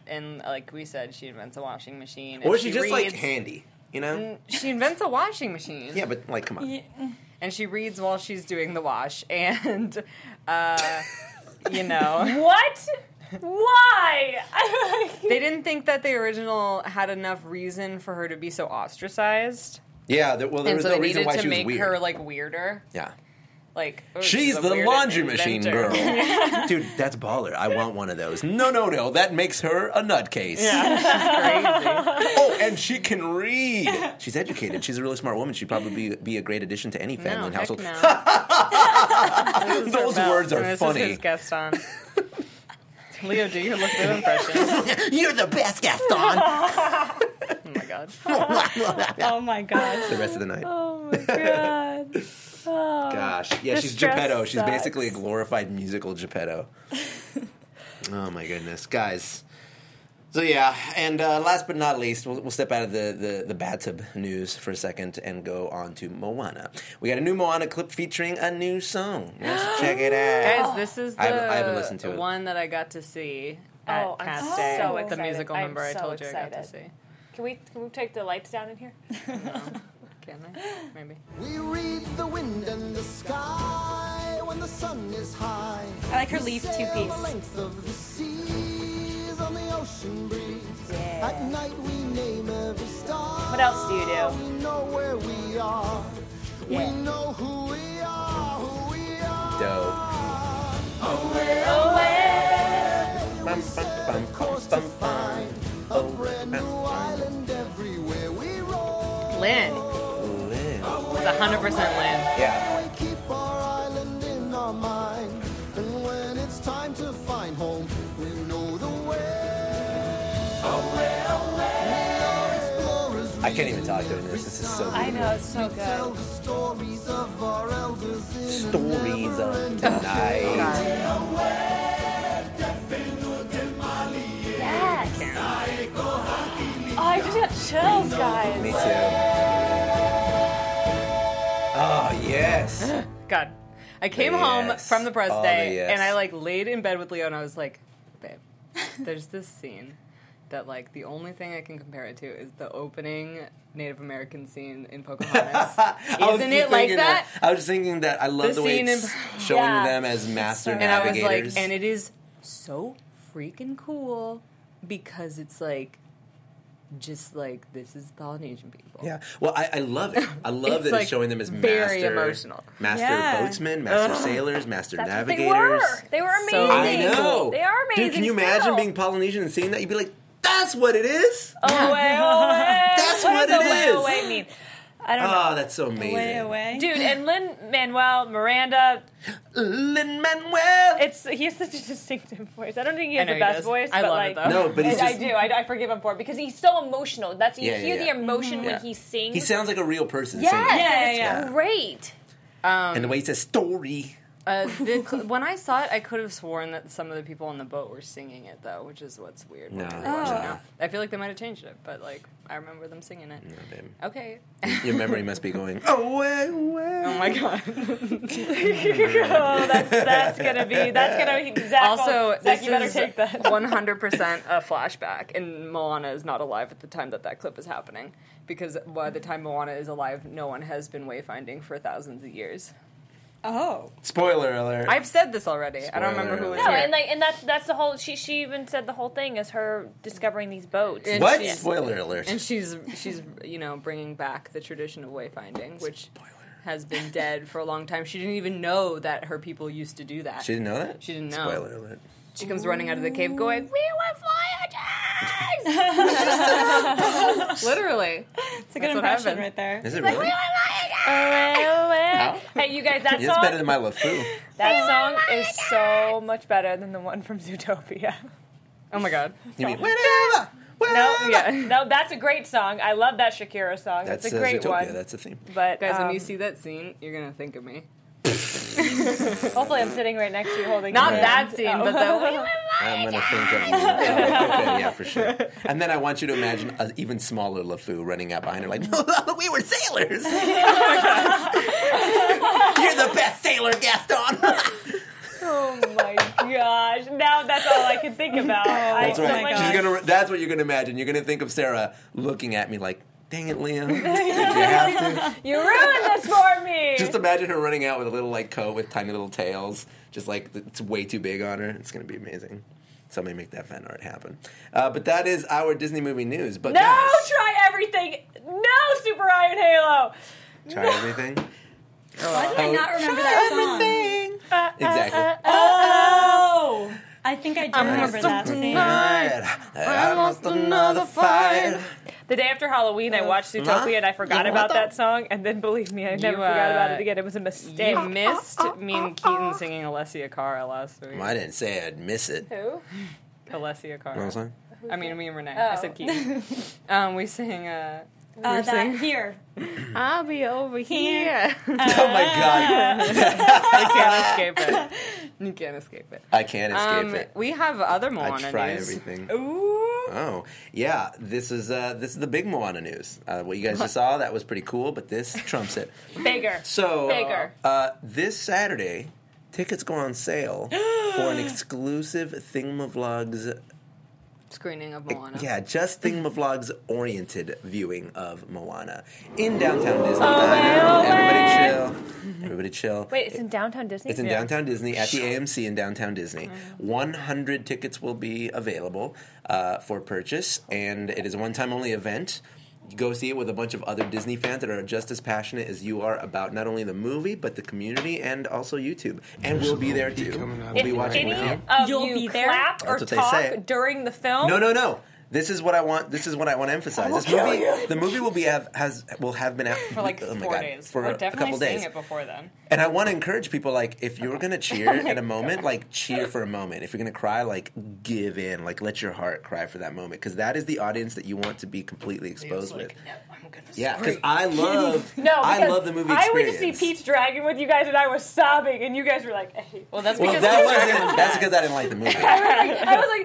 D: and like we said she invents a washing machine and
A: or is she just like
D: reads- Mm.
A: handy? You know?
D: she invents a washing machine
A: Yeah, but like, come on.
D: and she reads while she's doing the wash [LAUGHS] and uh
A: [LAUGHS]
D: you know
B: What? Why?
D: they didn't think that the original had enough reason for her to be so ostracized
A: Yeah, there, well, there
D: and
A: was
D: so
A: no
D: they
A: reason
D: needed
A: why
D: to
A: she was
D: make
A: weird.
D: her like weirder
A: yeah.
D: [LAUGHS] like oh,
A: She's
D: a
A: the
D: weird
A: laundry
D: [LAUGHS]
A: machine
D: inventor.
A: girl. Dude, that's baller. I want one of those. No, no, no. That makes her a nutcase. [LAUGHS]
D: [LAUGHS]
A: Oh, and she can read. She's educated. She's a really smart woman. She'd probably be, be a great addition to any family and
D: No, heck
A: household. [LAUGHS]
D: no. This is her
A: Those
D: belt,
A: words are
D: and this
A: [LAUGHS] funny.
D: Is his Gaston. Leo, do your look impression.
I: You're the best,
B: [LAUGHS]
I: Gaston.
D: Oh my god.
E: [LAUGHS] Oh my god.
A: the rest of the night.
B: Oh my god.
A: [LAUGHS]
B: Oh.
A: Gosh, yeah, she's
B: stress
A: Geppetto. She's
B: sucks.
A: basically a glorified musical
B: [LAUGHS]
A: Geppetto. oh my goodness, guys. So yeah, and uh, last but not least, we'll, we'll step out of the the, the bathtub news for a second and go on to Moana. We got a new Moana clip featuring a new song. Let's check it
B: [GASPS]
A: out.
D: [LAUGHS] Guys, this is the
A: I haven't- I haven't listened to it.
D: one that I got to see at
B: Oh, I'm
D: Cast
B: so
D: Day,
B: excited.
D: the musical
B: I'm
D: number I
B: so
D: told you I got to
B: excited.
D: see.
B: Can we can we take the lights down in here?
D: Can I? Maybe. [GASPS]
J: We read the wind and the sky when the sun is high.
E: I like her leaf two
J: Sail the
E: piece.
J: length of the seas on the ocean breeze. At night we name every star.
B: What else do you do?
J: We know where we are.
B: Yeah.
J: We know who we are, who we are.
A: Dope. Bum, bum, bum,
J: Course to
A: bum,
J: find a brand new island everywhere we roam.
D: Lynn.
A: bum. Lynn.
D: It's 100% Lynn.
A: Yeah.
J: We keep our island in our mind. And when it's time to find home, we know the way.
A: I can't even talk during this. This is so
B: I
A: beautiful.
B: know it's so
J: Tell
B: good.
J: the stories of our elders in a
A: Stories of
J: never-ending
A: tonight.
B: Yes. Oh, I just got chills,
A: Me
B: guys.
A: too. Oh
D: [GASPS]
A: yes.
D: God. I came home
A: Yes.
D: from the press
A: Oh, the
D: day
A: yes.
D: and I like laid in bed with Leo and I was like, babe, there's this scene that like the only thing I can compare it to is the opening Native American scene
A: [LAUGHS]
D: in Pocahontas.
A: I was
D: Isn't
A: just
D: it like
A: thinking
D: that?
A: I was just thinking that I love
D: The
A: the, way
D: scene
A: it's
D: in-
A: showing
B: Yeah.
A: them as master
D: and I was
A: navigators.
D: like, and it is so freaking cool because it's like just like this is Polynesian people.
A: yeah. Well, I, I love it. I love
D: It's,
A: that
D: like,
A: it's showing them as
D: very
A: master,
D: emotional.
A: master
E: Yeah.
A: boatsmen, master sailors, master
B: That's what they
A: navigators.
B: were. They were amazing.
D: So-
A: I know.
B: They are amazing.
A: Dude, can you imagine
B: still.
A: being Polynesian and seeing that? You'd be like, "That's what it is."
B: Away, oh, away.
A: That's
B: what
A: what
B: does
A: it
B: away,
A: is.
B: away mean? I don't know.
A: Oh, that's so amazing.
E: Way away.
B: Dude, and Lynn Manuel Miranda,
A: Lin Manuel.
B: it's he has such a distinctive voice. I don't think he
D: I
B: has
D: know
B: the
D: he
B: best
D: does.
B: voice,
D: I
B: but
D: love
B: like
D: it though.
A: No, but he's
B: I
A: just
B: do. I, I forgive him for it because he's so emotional. That's you
A: Yeah, yeah,
B: hear
A: yeah.
B: the emotion when
A: Yeah.
B: he sings.
A: he sounds like a real person.
B: yes,
A: singing.
E: Yeah,
B: it's
E: yeah,
A: yeah.
B: great.
A: and the way he says story.
D: Uh,
A: [LAUGHS]
D: the, cl- when I saw it, I could have sworn that some of the people on the boat were singing it, though, which is what's weird. when
A: No,
D: I
A: no.
D: watch it now. I feel like they might have changed it, but like I remember them singing it.
A: babe.
D: Okay.
A: Your memory
D: [LAUGHS]
A: must be going away,
D: oh
A: away.
D: my
B: [LAUGHS]
D: god.
B: oh, that's that's gonna be that's gonna be Zach will-
D: also,
B: Zach,
D: this
B: you better
D: is
B: take that. [LAUGHS]
D: one hundred percent a flashback, and Moana is not alive at the time that that clip is happening because by the time Moana is alive, no one has been wayfinding for thousands of years.
E: Oh.
A: Spoiler alert.
D: I've said this already. I don't remember who
A: Spoiler
D: was
A: alert.
B: No,
D: here.
B: and like, and that's that's the whole. She she even said the whole thing is her discovering these boats.
D: And
A: what?
D: she's-
A: Spoiler alert.
D: and she's she's you know bringing back the tradition of wayfinding, which has been dead for a long time. She didn't even know that her people used to do that.
A: she didn't know that?
D: She didn't know.
A: Spoiler alert.
D: She comes running out of the cave, going, "We were voyagers!" Literally,
E: It's a
D: That's
E: good
D: what
E: impression
D: happened.
E: right there.
A: Is it really?
D: Oh
B: Away, away.
A: Ow.
B: Hey, you guys, that
A: It's
B: song
A: better than my LeFou.
D: Oh
B: that song is so much better than the one from Zootopia.
D: oh my
B: [LAUGHS]
D: god,
A: You mean whatever?
B: No,
A: whatever.
B: yeah, no, that's a great song. I love that Shakira song. That's,
A: That's
B: a
A: uh,
B: great
A: Zootopia.
B: one.
A: That's a theme.
B: but
D: guys, when
B: um,
D: you see that scene, you're gonna think of me.
B: hopefully, I'm sitting right next to you holding.
D: Not
B: your hand.
D: that scene, but the
A: I'm gonna think of you. Oh, okay, yeah, for sure. And then I want you to imagine an even smaller LeFou running out behind her, like, [LAUGHS] "We were
B: [LAUGHS]
A: sailors. You're the best sailor, Gaston." [LAUGHS]
B: [LAUGHS] Oh my gosh! Now that's all I can think about.
A: That's
B: I,
A: right.
B: oh my
A: She's
B: gosh.
A: gonna. That's what you're gonna imagine. You're gonna think of Sarah looking at me like, "Dang it,
B: [LAUGHS]
A: Liam! Did you have to?"
B: You ruined this for me.
A: Just imagine her running out with a little like coat with tiny little tails. Just like it's way too big on her. It's gonna be amazing. Somebody make that fan art happen. Uh, but that is our Disney movie news. But
B: no,
A: guys,
B: try everything. No, Super Iron Halo.
A: try everything. Oh,
E: Why did I not remember that song? Uh,
A: Exactly.
E: Oh! I think I do remember
A: Almost
E: that scene.
A: I lost another fight.
B: The day after Halloween, I
A: Uh,
B: watched Zootopia and I forgot
I: Yeah,
B: about
I: what
B: that song. And then believe me, I never forgot about
D: uh,
B: it again. It was a mistake.
D: You missed [LAUGHS] me and Keaton singing Alessia Cara last week.
A: I didn't say I'd miss it.
B: Who?
D: Alessia Cara.
A: What was I?
D: I mean, me and Renee. I
B: Oh.
D: said Keaton. [LAUGHS] um, we sang. Uh, we
E: Uh,
D: were
E: that
D: saying,
E: here.
D: I'll be over [LAUGHS] here. Uh,
A: Oh my
E: [LAUGHS]
A: god,
D: you can't escape it. You can't escape it.
A: I can't escape
D: Um,
A: it.
D: we have other
A: I
D: Moana
A: try
D: news.
A: everything.
E: Ooh.
A: Oh yeah, this is uh, this is the big Moana news. Uh, what you guys
B: [LAUGHS]
A: just saw that was pretty cool, but this trumps it.
B: Bigger.
A: So
B: Bigger.
A: Uh, this Saturday, tickets go on
B: [GASPS]
A: sale for an exclusive Thingamavlogs.
D: Screening of Moana.
A: Uh, Yeah, just Thingamavlogs oriented viewing of Moana in downtown Disney. Everybody chill. Everybody chill.
B: Oh, Wait, it's in downtown Disney.
A: It's in downtown Disney at the AMC in downtown Disney.
D: Mm.
A: 100 tickets will be available uh, for purchase, and it is a one time only event. You Go see it with a bunch of other Disney fans that are just as passionate as you are about not only the movie but the community and also YouTube. And we'll be there too. We'll
B: If
A: be watching with
B: any
A: you.
B: of
E: You'll
B: you
E: be there?
B: clap or
A: That's what they
B: talk
A: say.
B: during the film,
A: No, no, no. This is what I want. This is what I want to emphasize. This movie, the movie will be have, has will have been out
D: Oh, For like
A: oh
D: four
A: my God,
D: days.
A: for
D: We're
A: a
D: definitely
A: couple
D: seeing
A: days.
D: it before then.
A: And I want to encourage people, like, if you're going to cheer at a moment, like, cheer for a moment. If you're going to cry, like, give in. Like, let your heart cry for that moment. Because that is the audience that you want to be completely exposed with. yeah, because I love,
B: [LAUGHS] No,
A: I
B: because
A: love the movie
B: I would
A: experience.
B: just see Pete's dragging with you guys, and I was sobbing, and you guys were like, I hate
D: Well, that's
A: Well,
D: because
B: [LAUGHS]
A: that
D: we
A: wasn't, that's because I didn't like the movie.
B: I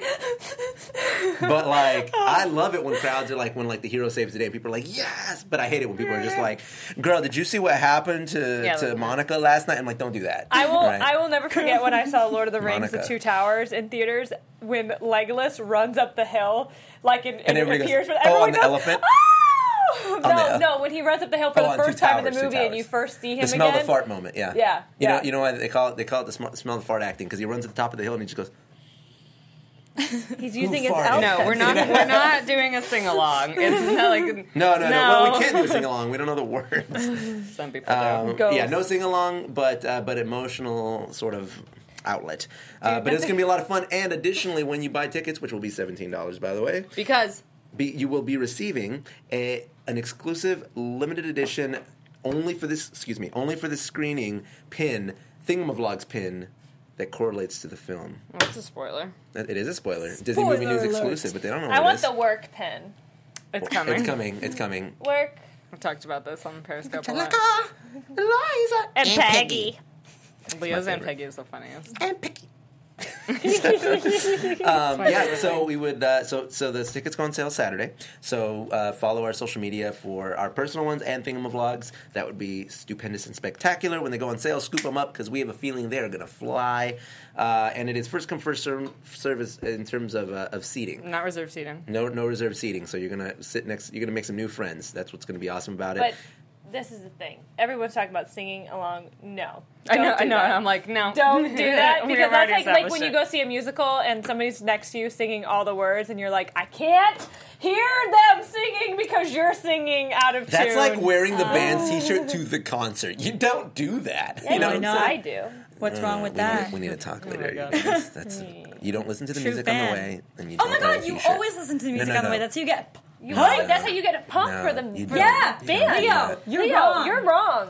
B: was like, [LAUGHS]
A: But, like,
B: Oh.
A: I love it when crowds are like, when, like, the hero saves the day, people are like, yes. But I hate it when people are just like, girl, did you see what happened to,
D: Yeah,
A: to
D: like-
A: Monica last night? I'm like, don't do that.
B: I will.
A: Right?
B: I will never forget when I saw Lord of the Rings: The
A: Monica.
B: Two Towers in theaters when Legolas runs up the hill, like in, and,
A: everybody
B: appears.
A: goes,
B: with-
A: "Oh,
B: everyone
A: on the
B: goes,
A: elephant?"
B: "Oh!"
A: On
B: No,
A: the- uh,
B: no. When he runs up the hill for
A: Oh,
B: the
A: on
B: first
A: Two
B: time in
A: Towers,
B: the
A: Two
B: movie, and
A: Towers.
B: you first see him
A: the smell
B: again.
A: the fart moment. Yeah,
B: Yeah,
A: You
B: yeah.
A: know, you know why they call it? They call it the sm- smell the fart acting because he runs to the top of the hill and he just goes.
B: He's using his
A: farted?
B: outfit.
D: No, we're
A: [LAUGHS]
D: not. We're not doing a sing along. It's not like
A: No, no, no. Well,
D: No.
A: we can't
B: [LAUGHS]
A: do a sing along. We don't know the words.
D: some people
A: Um,
B: Goes.
A: yeah, no sing along, but uh, but emotional sort of outlet. Uh, but it's gonna be a lot of fun. And additionally, when you buy tickets, which will be seventeen dollars, by the way,
D: do because
A: be, you will be receiving a, an exclusive limited edition only for this excuse me only for this screening pin thingamavlogs pin that correlates to the film.
D: what's a spoiler?
A: It is a spoiler. Disney Movie News exclusive, but they don't know. What
B: I
A: it
B: want
A: is.
B: the work pen.
D: It's coming.
A: It's coming. It's coming.
B: Work
D: We've talked about this on Periscope a lot.
I: Eliza
B: and Peggy.
D: Leo's and
A: favorite.
D: Peggy is the funniest.
I: and
A: [LAUGHS]
I: Picky.
A: Um, yeah. So we would. Uh, so so the tickets go on sale Saturday. So uh, follow our social media for our personal ones and Thingamavlogs. That would be stupendous and spectacular when they go on sale. Scoop them up because we have a feeling they are going to fly. Uh, and it is first come first serve service in terms of uh, of seating.
D: Not reserved seating.
A: No, no reserved seating. So you're gonna sit next. You're gonna make some new friends. That's what's gonna be awesome about it.
B: But this is the thing. Everyone's talking about singing along. No,
D: I know.
B: Don't do
D: I know.
B: that.
D: I'm like no. [LAUGHS]
B: don't do that
D: We
B: because
D: already
B: that's like like
D: established
B: when you
D: it.
B: go see a musical and somebody's next to you singing all the words and you're like I can't hear them singing because you're singing out of
A: That's
B: tune.
A: like wearing the band's T-shirt to the concert. You don't do that. you know
E: why
A: what I'm
E: not?
A: saying?
B: I do.
E: What's wrong with
A: we
E: that?
A: Need, we need to talk
D: my
A: later.
D: God.
A: you, guys. that's, you don't listen to the
E: True
A: music on
E: fan.
A: the way, and you
E: Oh my
A: don't wear a
E: god, you
A: t-shirt.
E: always listen to the
A: No,
E: music
A: no,
E: on the way.
A: no.
E: That's how you get.
B: You,
A: No.
B: that's how you get a pump
A: No,
B: for the.
A: you
B: for
A: don't.
E: Yeah,
A: You don't do
B: band.
A: that.
E: Leo, you're
B: Leo,
E: wrong.
B: You're
A: [LAUGHS]
B: wrong.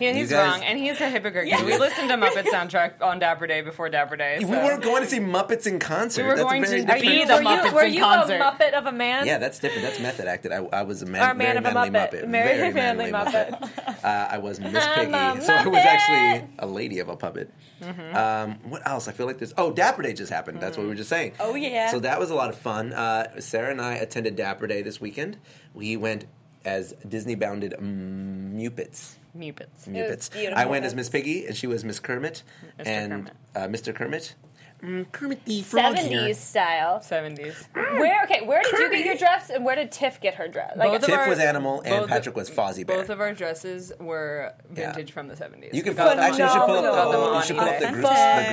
D: Yeah, he's
A: You guys-
D: wrong, and he's a hypocrite.
E: Yeah.
D: We listened to [LAUGHS] Muppet soundtrack on Dapper Day before Dapper Day.
A: We
D: so-
A: weren't going to see Muppets in concert.
D: We were
A: that's
D: going
A: very
D: to
A: different.
D: be the
B: were you,
D: Muppets
B: were
D: in
B: you
D: concert.
B: a Muppet of a man?
A: Yeah, that's different. That's method acted. I, I was a man,
B: Or a man
A: very
B: of a
A: manly
B: Muppet. Very
A: very
B: manly
A: manly,
B: Muppet.
A: Muppet. uh, I was Miss
B: I'm
A: Piggy,
B: a
A: so I was
B: Muppet.
A: actually a lady of a puppet. Um, what else? I feel like there's. Oh, Dapper Day just happened. That's what we were just saying.
E: Oh, yeah.
A: So that was a lot of fun. Uh, Sarah and I attended Dapper Day this weekend. We went as Disney-bounded Muppets.
D: Muppets.
A: Muppets.
B: beautiful.
A: I went as Miss Piggy, and she was Miss Kermit, and
D: Kermit.
A: Uh, Mr. Kermit. Mm, Kermit the Frog here.
B: 70s style.
D: Seventies.
B: Where okay, where did you get your dress and where did Tiff get her dress? Like,
D: Both of
A: Tiff
D: our-
A: was animal, and
D: both-
A: Patrick was Fozzie Bear.
D: Both of our dresses were vintage
A: Yeah.
D: from the seventies.
A: you can put actually you should pull
B: Phenomenal.
A: up the whole, you should pull up the group, the group shot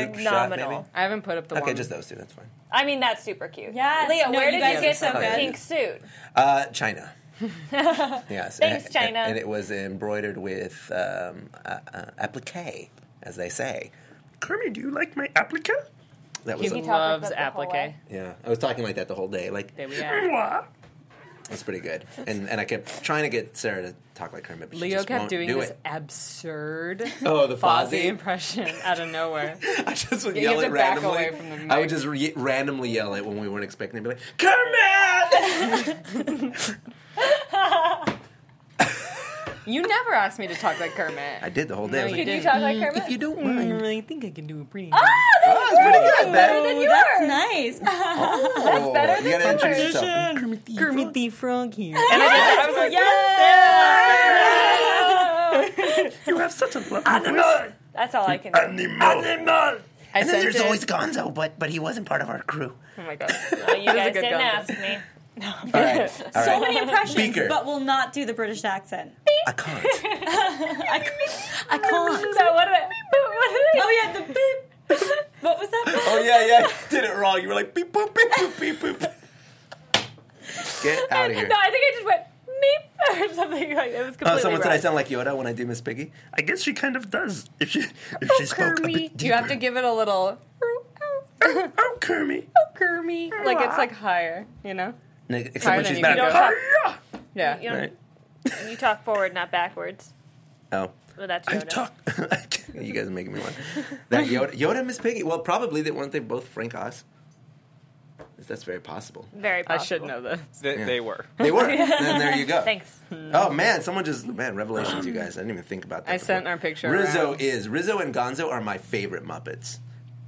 A: maybe.
B: Phenomenal.
D: I haven't put up the
A: Okay,
D: one.
A: just those two. That's fine.
B: I mean that's super cute.
E: Yes.
B: Leah,
E: No,
B: where
E: you
B: did
E: guys
B: you
E: are
B: get
E: so
B: the
E: good.
B: pink suit?
A: Uh, China.
D: [LAUGHS]
A: yes.
B: Thanks,
A: and,
B: China.
A: And, it was embroidered with um, uh, uh, applique, as they say. Kermit, do you like my applique? That was
B: He
A: a,
B: talked
D: loves
B: about the whole
D: applique.
B: way.
A: yeah. I was talking like that the whole day. Like
D: There we go.
A: "Mwah." It's pretty good. And and I kept trying to get Sarah to talk like Kermit, but she
D: Leo
A: just
D: kept
A: won't
D: doing
A: do
D: this
A: it.
D: absurd
A: Oh, [LAUGHS] the Fozzie?
D: Fozzie impression out of nowhere.
A: [LAUGHS] I just would
D: Yeah, you
A: yell
D: have
A: it
D: to back
A: randomly.
D: away from the
A: I would just re- randomly yell it when we weren't expecting it. Be like,
D: [LAUGHS]
A: Kermit!
D: You never asked me to talk like Kermit.
A: I did the whole day. I was
D: you
A: like,
D: didn't. Mm,
B: you talk like Ah, Kermit?
A: Mm, if you don't mind,
D: I think I can do a pretty.
A: oh, it's pretty good.
B: better than yours.
E: [LAUGHS] Nice.
A: That's
B: better
A: Oh, You
B: than
A: gotta introduce
B: yours.
A: yourself.
D: Kermit the Frog here.
B: [LAUGHS]
D: And I, did, I was like,
A: You have such a lovely Animal.
B: That's all I can. do.
A: Animal. Animal.
D: I
A: And then
D: sent
A: there's
D: it.
A: always Gonzo, but but he wasn't part of our crew. [LAUGHS]
D: Oh my god.
B: Oh,
D: That was a
B: you guys
D: good
B: didn't
D: Gonzo.
B: ask me.
A: All right, all
E: So
A: right.
E: many impressions,
A: Beaker.
E: but will not do the British accent.
A: I
D: [LAUGHS]
A: can't.
B: [LAUGHS]
E: I can't.
B: So what did I? What did I
E: Oh
B: [LAUGHS]
E: yeah, the beep. What was that?
A: Oh yeah, yeah, you did it wrong. You were like beep boop beep boop beep boop. Get out
D: [LAUGHS]
A: of here.
B: No, I think I just went meep [LAUGHS] or something. Like, it was completely
A: Oh, someone said I
B: wrong.
A: sound like Yoda when I do Miss Piggy. I guess she kind of does. If she if she spoke a bit
D: Oh, You have to
A: deeper.
D: give it a little.
A: Oh, oh, Kermit.
D: Kermit. Like it's like higher, you know?
A: No, Except when
D: then
A: she's
D: you
A: mad
B: don't
A: at
D: Yeah.
B: You,
A: Right.
B: don't- you talk forward, not backwards.
A: Oh.
B: Well, that's
A: I
B: Yoda.
A: talk. [LAUGHS] you guys are making me laugh.
D: [LAUGHS]
A: That Yoda, Yoda and Miss Piggy. Well, probably that weren't they both Frank Oz? That's very possible.
B: Very.
D: I
B: Possible.
D: should know this.
F: They, they were.
A: They
D: [LAUGHS]
A: were. then there you go.
B: Thanks.
A: Oh man, someone just man revelations, you guys. I didn't even think about that.
D: I
A: before.
D: sent our picture
A: Rizzo
D: around.
A: is Rizzo and Gonzo are my favorite Muppets.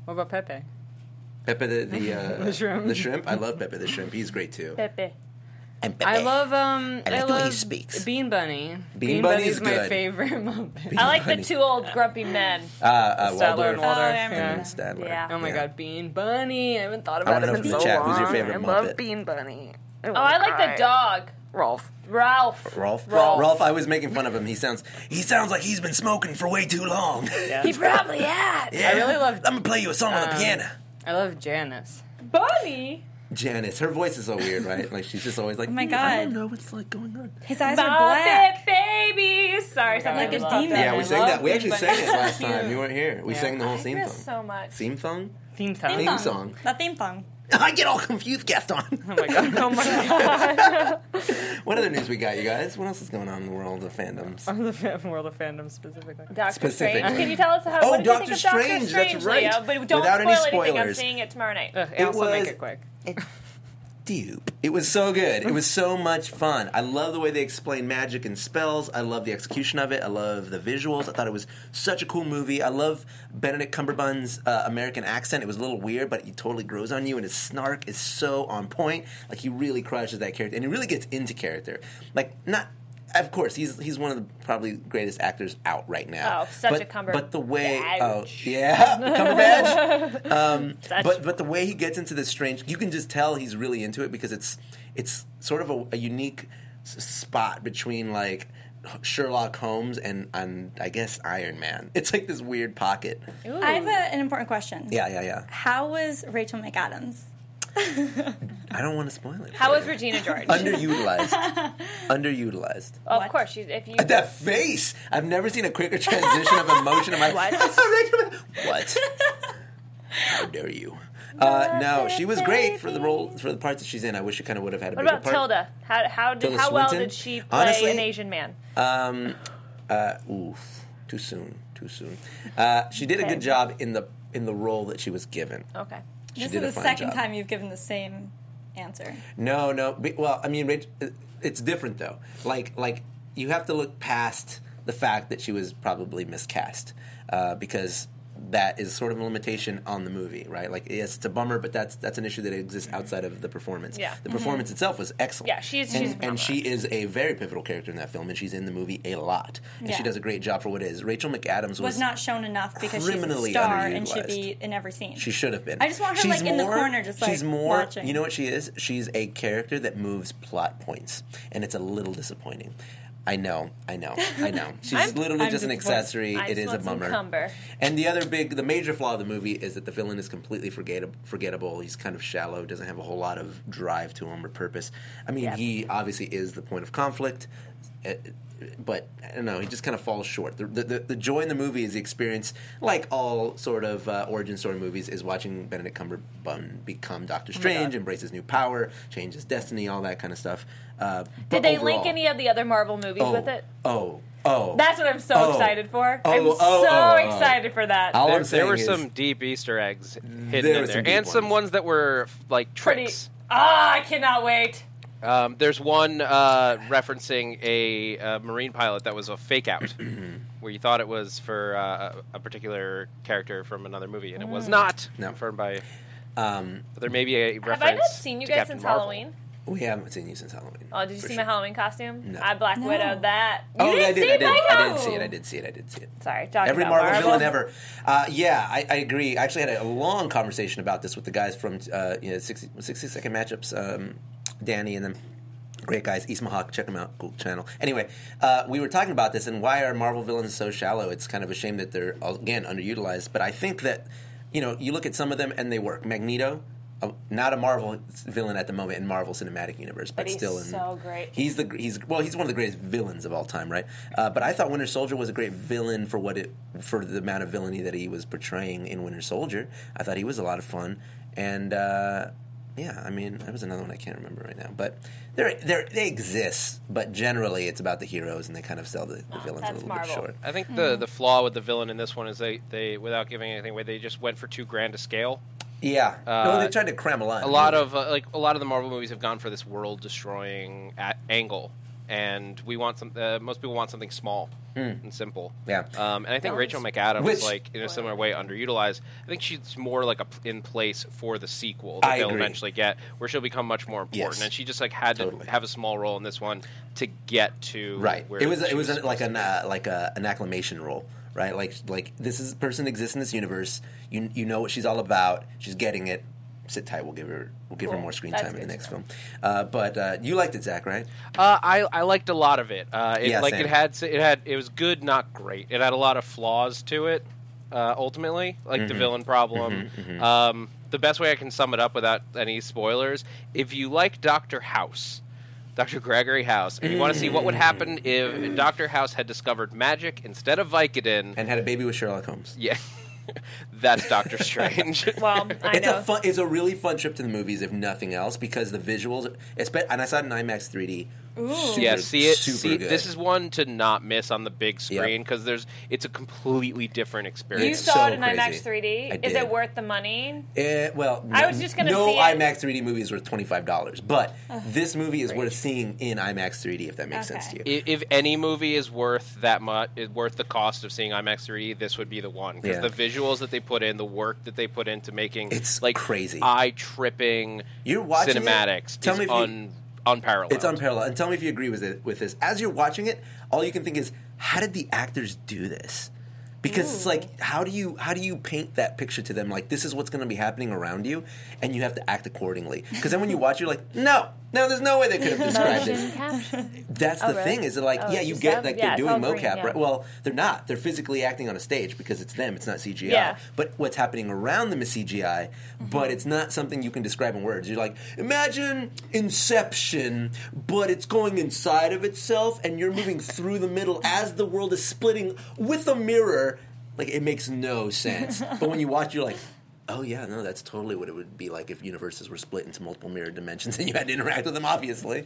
D: What about Pepe?
A: Pepe the,
D: [LAUGHS]
A: the, uh,
D: The shrimp.
A: The shrimp. I love Pepe the shrimp. He's great too.
B: Pepe.
A: And Pepe.
D: I love um
A: I
D: I
A: like Eh. the way he
D: love
A: speaks.
D: Bean Bunny.
A: Bean Bunny's
D: Bunny's my
A: good.
D: favorite [LAUGHS] Muppet.
B: I like
A: Honey.
B: the two old grumpy men.
A: uh, uh,
D: Statler and
A: Waldorf
D: Waldorf.
E: yeah, I remember
A: and
D: Oh, yeah.
A: Statler.
B: Yeah.
D: Oh my
A: Yeah.
D: god, Bean Bunny. I haven't thought about
A: wanna
D: it
A: know
D: in
A: from
D: so
A: the chat,
D: long.
A: who's your favorite
D: I love
A: Muppet?
D: Bean Bunny.
B: Oh, I like the dog,
D: Rolf.
B: Ralph.
A: Rolf.
D: Rolf.
A: I was making fun of him. He sounds. He sounds like he's been smoking for way too long. [LAUGHS] Yeah.
B: He probably had.
D: really love- Um,
A: I'm gonna play you a song on the piano.
D: I love Janice.
B: Bonnie.
A: Janice, her voice is so weird, right? Like she's just always like, oh
E: my
A: I don't
E: God.
A: know what's like going on.
E: His eyes are black.
B: Muppet baby. Sorry, something
E: Like a
B: just popped
E: demon.
B: up.
A: Yeah,
E: I
A: we sang
B: love
A: that. We
B: Big
A: actually
B: Bunny.
A: sang it last time. You weren't here. We sang the whole
B: I
A: theme song.
B: miss so much.
A: Theme song? [LAUGHS]
D: Theme song.
A: Theme song.
E: The theme song.
A: I get all confused, Gaston.
D: Oh my god. [LAUGHS] Oh my god.
A: [LAUGHS] what other news we got, you guys? What else is going on in the world of fandoms?
D: the fan- world of fandom specifically.
B: Doctor
A: Specifically.
B: Strange. Can you tell us how?
A: Oh,
B: what did
A: Doctor
B: you think of Doctor
A: Strange,
B: Strange.
A: that's right.
B: Leo? But don't
A: Without
B: spoil
A: any
B: anything. I'm
A: spoilers.
B: seeing it tomorrow night.
D: Ugh, and also
A: was-
D: make it quick.
A: [LAUGHS] Dupe. It was so good. It was so much fun. I love the way they explain magic and spells. I love the execution of it. I love the visuals. I thought it was such a cool movie. I love Benedict Cumberbatch's uh, American accent. It was a little weird, but he totally grows on you, and his snark is so on point. Like he really crushes that character, and he really gets into character. Like not. Of course, he's he's one of the probably greatest actors out right now.
B: Oh, such
A: but,
B: a Cumber-
A: But the way, oh
B: Badge.
A: yeah, [LAUGHS] Cumberbatch
B: [LAUGHS] Such-
A: but but the way he gets into this strange, you can just tell he's really into it because it's it's sort of a, a unique s- spot between like Sherlock Holmes and and I guess Iron Man. [LAUGHS] It's like this weird pocket.
E: I have a, an important question.
A: Yeah, yeah, yeah.
E: How was Rachel McAdams?
A: I don't want to spoil it.
B: how
A: for
B: was
A: you.
B: Regina George?
A: underutilized?
B: [LAUGHS]
A: underutilized.
B: Of course, she's- if you
A: That face! I've never seen a quicker transition of emotion in my [LAUGHS] life. what? How dare you? Uh, no, she was great for the role for the parts that she's in. I wish she kind of would have had a
B: What
A: bigger
B: about
A: part.
B: Tilda? How how did
A: Tilda
B: how well
A: Swinton?
B: did she play
A: Honestly-
B: an Asian man?
A: Uh, Oof, too soon, too soon. Uh, she did a good job in the in the role that she was given.
B: Okay.
A: She
E: this
A: did a
E: is the
A: fine
E: second
A: job.
E: time you've given the same answer.
A: No, no. be- Well, I mean, Rach- it- it's different though. Like, like you have to look past the fact that she was probably miscast uh, because that is sort of a limitation on the movie, right? Like, yes, it's a bummer, but that's that's an issue that exists outside of the performance.
B: Yeah.
A: the
E: Mm-hmm.
A: performance itself was excellent.
B: Yeah, she's-
A: and,
B: she's
A: and
B: phenomenal.
A: she is a very pivotal character in that film, and she's in the movie a lot, and she
E: Yeah.
A: does a great job for what it is. Rachel McAdams was,
E: Was not shown enough because she's a
A: criminally
E: star and should
A: underutilized.
E: be in every scene.
A: She should have been.
E: I just want her, like, in the corner, just, like,
A: she's more.
E: watching.
A: You know what she is? She's a character that moves plot points, and it's a little disappointing. I know, I know, I
E: [LAUGHS]
A: know. She's literally
E: I'm
A: just an
E: disappointed.
A: accessory.
B: I
A: it
B: just
A: is a
B: want some
A: bummer.
B: Cumber.
A: And the other big, the major flaw of the movie is that the villain is completely forgettable. forgettable. He's kind of shallow, doesn't have a whole lot of drive to him or purpose. I mean, he obviously is the point of conflict. uh, but I don't know. He just kind of falls short. The, the, the, the joy in the movie is the experience, like all sort of uh, origin story movies, is watching Benedict Cumberbatch become
B: Oh
A: Doctor Strange, embrace his new power, change his destiny, all that kind of stuff. Uh, but
B: Did they
A: overall-
B: link any of the other Marvel movies
A: oh,
B: with it?
A: Oh, oh,
B: That's what I'm so
A: Oh.
B: excited for.
A: Oh,
B: I'm
A: oh,
B: so
A: oh, oh.
B: excited for that.
A: I'll- All I'm
F: There, there were
A: saying is-
F: some deep Easter eggs hidden
A: There were
F: in
A: some
F: there,
A: deep
F: and some
A: ones.
F: ones that were like
B: Pretty.
F: tricks.
B: Ah, I cannot wait.
F: Um, there's one uh, referencing a, uh marine pilot that was a
A: [CLEARS THROAT]
F: fake out, where you thought it was for uh, a particular character from another movie, and it was not.
A: No.
F: Confirmed by.
A: um,
F: But there may be a reference.
B: Mm. Have I not seen you
F: to
B: guys
F: Captain
B: since
F: Marvel.
B: Halloween?
A: we haven't seen you since Halloween.
B: Oh, did you
A: for
B: see
A: sure.
B: my Halloween costume?
A: No.
B: I Black
E: No.
B: Widow that. You
A: oh,
B: didn't
A: I did.
B: see
A: I did.
B: Black
A: I did
B: Widow?
A: see it. I did see it. I did see it.
B: Sorry, talking
A: Every
B: about
A: Marvel, villain ever. Uh, yeah, I, I agree. I actually had a long conversation about this with the guys from uh, you know, 60, 60 second matchups, um, Danny and them. Great guys, East Mahawk, check them out, cool channel. Anyway, uh, we were talking about this and why are Marvel villains so shallow? It's kind of a shame that they're again underutilized. But I think that you know you look at some of them and they work. Magneto, uh, not a Marvel villain at the moment in Marvel Cinematic Universe, but,
B: But he's
A: still in,
B: so great.
A: He's the he's well, he's one of the greatest villains of all time, right? Uh, but I thought Winter Soldier was a great villain for what it for the amount of villainy that he was portraying in Winter Soldier. I thought he was a lot of fun, and uh, yeah, I mean, there was another one I can't remember right now, but they're, they're, they exist. But generally, it's about the heroes, and they kind of sell the, the villains a
B: that's
A: little
B: Marvel.
A: bit short.
F: I think
B: Hmm.
F: the the flaw with the villain in this one is they, they without giving anything away, they just went for too grand a scale.
A: Yeah, no,
F: Uh,
A: they tried to cram a lot.
F: a lot of uh, like a lot of the Marvel movies have gone for this world destroying a- angle, and we want some. Uh, most people want something small and simple.
A: Hmm. Yeah.
F: Um, and I think Rachel McAdams
A: Which-
F: is like in a similar way underutilized. I think she's more like a p- in place for the sequel
A: I
F: that they'll
A: agree.
F: eventually get, where she'll become much more important.
A: Yes.
F: And she just like had
A: Totally.
F: to have a small role in this one to get to
A: right.
F: Where
A: It was
F: she
A: it was a,
F: supposed
A: like
F: to
A: an
F: be.
A: uh, like a, an acclamation role, right? Like like this is person exists in this universe. You you know what she's all about. She's getting it. Sit tight. We'll give her we'll give her
B: Cool.
A: more screen
B: That's
A: time in the
B: good
A: next
B: to
A: film.
B: know.
A: Uh, but uh, you liked it, Zach, right?
F: Uh, I I liked a lot of it. Uh, it
A: Yeah,
F: like
A: same.
F: it had it had it was good, not great. It had a lot of flaws to it. Uh, ultimately, like
A: Mm-hmm.
F: the villain problem. Um, the best way I can sum it up without any spoilers: if you like Doctor House, Doctor Gregory House, and you want to see what would happen if Doctor House had discovered magic instead of Vicodin,
A: And had a baby with Sherlock Holmes.
F: yeah, [LAUGHS] that's Doctor
A: [LAUGHS]
F: Strange.
B: Well, I
A: It's
B: know.
A: a fun, it's a really fun trip to the movies, if nothing else, because the visuals. It's be- and I saw it in IMAX 3D. Super,
F: yeah, see it.
A: Super
F: See,
A: good.
F: this is one to not miss on the big screen because there's it's a completely different experience.
B: you
A: it's
B: saw
A: so
B: it in IMAX
A: crazy.
B: 3D.
A: I
B: Is
A: did.
B: it worth the money?
A: Eh, well,
B: I was just gonna
A: no
B: see it.
A: IMAX 3D movie is worth twenty five dollars, but this movie is worth seeing in IMAX 3D if that makes sense to
E: Okay.
A: you.
F: if, if any movie is worth that much, is worth the cost of seeing IMAX 3D, this would be the one because
A: Yeah.
F: the visuals that they put in, the work that they put into making
A: It's
F: like
A: crazy.
F: eye tripping.
A: You're watching it?
F: cinematics.
A: Tell
F: is
A: me if you-
F: un, unparalleled.
A: It's unparalleled. And tell me if you agree with it with this. As you're watching it, all you can think is, how did the actors do this? Because it's like, how do you how do you paint that picture to them? Like this is what's going to be happening around you, and you have to act accordingly. Because then when you watch, you're like, no, no, there's no way they could have described this. That's the
B: really?
A: thing is that, like,
B: Oh,
A: yeah,
B: it's
A: you
B: just
A: get
B: them?
A: like
B: Yeah,
A: they're
B: it's
A: doing
B: all green,
A: mocap,
B: yeah.
A: right? Well, they're not. They're physically acting on a stage because it's them. It's not CGI.
B: Yeah. Mm-hmm.
A: But what's happening around them is CGI. But it's not something you can describe in words. You're like, imagine Inception, but it's going inside of itself, and you're
B: [LAUGHS]
A: moving through the middle as the world is splitting with a mirror. Like it makes no
B: [LAUGHS]
A: sense. but when you watch, you're like. Oh yeah, no, that's totally what it would be like if universes were split into multiple mirror dimensions and you had to interact with them.
B: [LAUGHS]
A: Obviously,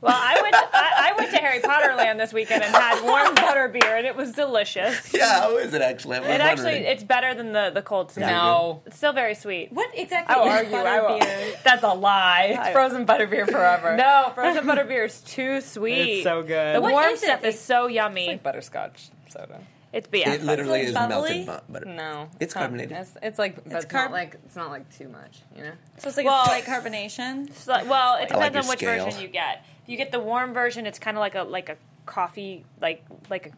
B: Well, I went. I, I went to Harry Potter Land this weekend and had warm butter beer, and it
A: [LAUGHS]
B: was delicious.
A: yeah. How is it actually? I'm
B: It actually,
A: wondering.
B: it's better than the the cold stuff.
D: No,
B: It's still very sweet.
E: What exactly
D: I will
E: is
D: argue. I will.
E: butterbeer?
D: That's a lie. It's
B: I-
D: frozen butterbeer [LAUGHS] forever.
B: No, frozen butter beer is too sweet.
D: It's so good.
B: The
D: What
B: warm
E: is it?
B: stuff is so yummy.
D: It's like butterscotch soda.
B: It's BS.
A: It literally
E: It's
A: is
E: like
A: melted
E: bubbly?
A: bu- butter.
D: No,
A: It's
D: not-
A: carbonated.
D: It's, it's like, but it's,
E: carb-
D: not like it's not like too much, you know.
E: So it's like
B: Well-
E: a slight [LAUGHS] carbonation.
B: It's like- well, it
A: I like
B: depends
A: your
B: on which
A: scale.
B: version you get. If you get the warm version, it's kind of like a like a coffee like like a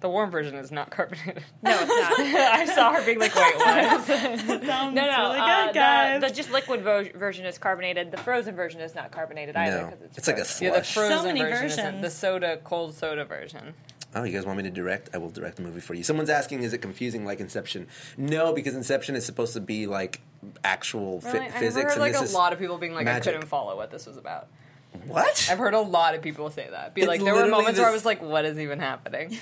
D: The warm version is not [LAUGHS] carbonated.
B: no, it's not. I saw her being like, wait, [LAUGHS] what?
E: Sounds
B: [LAUGHS] No, no,
E: really
B: uh,
E: good,
B: the-
E: guys.
B: The, just liquid vo- version is carbonated. The frozen version is not carbonated either.
A: No,
B: 'cause
A: it's like a
B: frozen.
A: sl-
D: Yeah, the
A: Flush.
D: frozen
E: So many
D: version isn't
E: versions.
D: the soda, cold soda version.
A: Oh, you guys want me to direct? I will direct the movie for you. Someone's asking, is it confusing like Inception? No, because Inception is supposed to be like actual fi-
D: Really?
A: physics.
D: I heard like
A: and
D: a
A: this is
D: lot of people being like,
A: magic.
D: I couldn't follow what this was about.
A: What?
D: I've heard a lot of people say that. Be
A: It's
D: like, there were
A: literally
D: moments where I
A: this-
D: was like, what is even happening?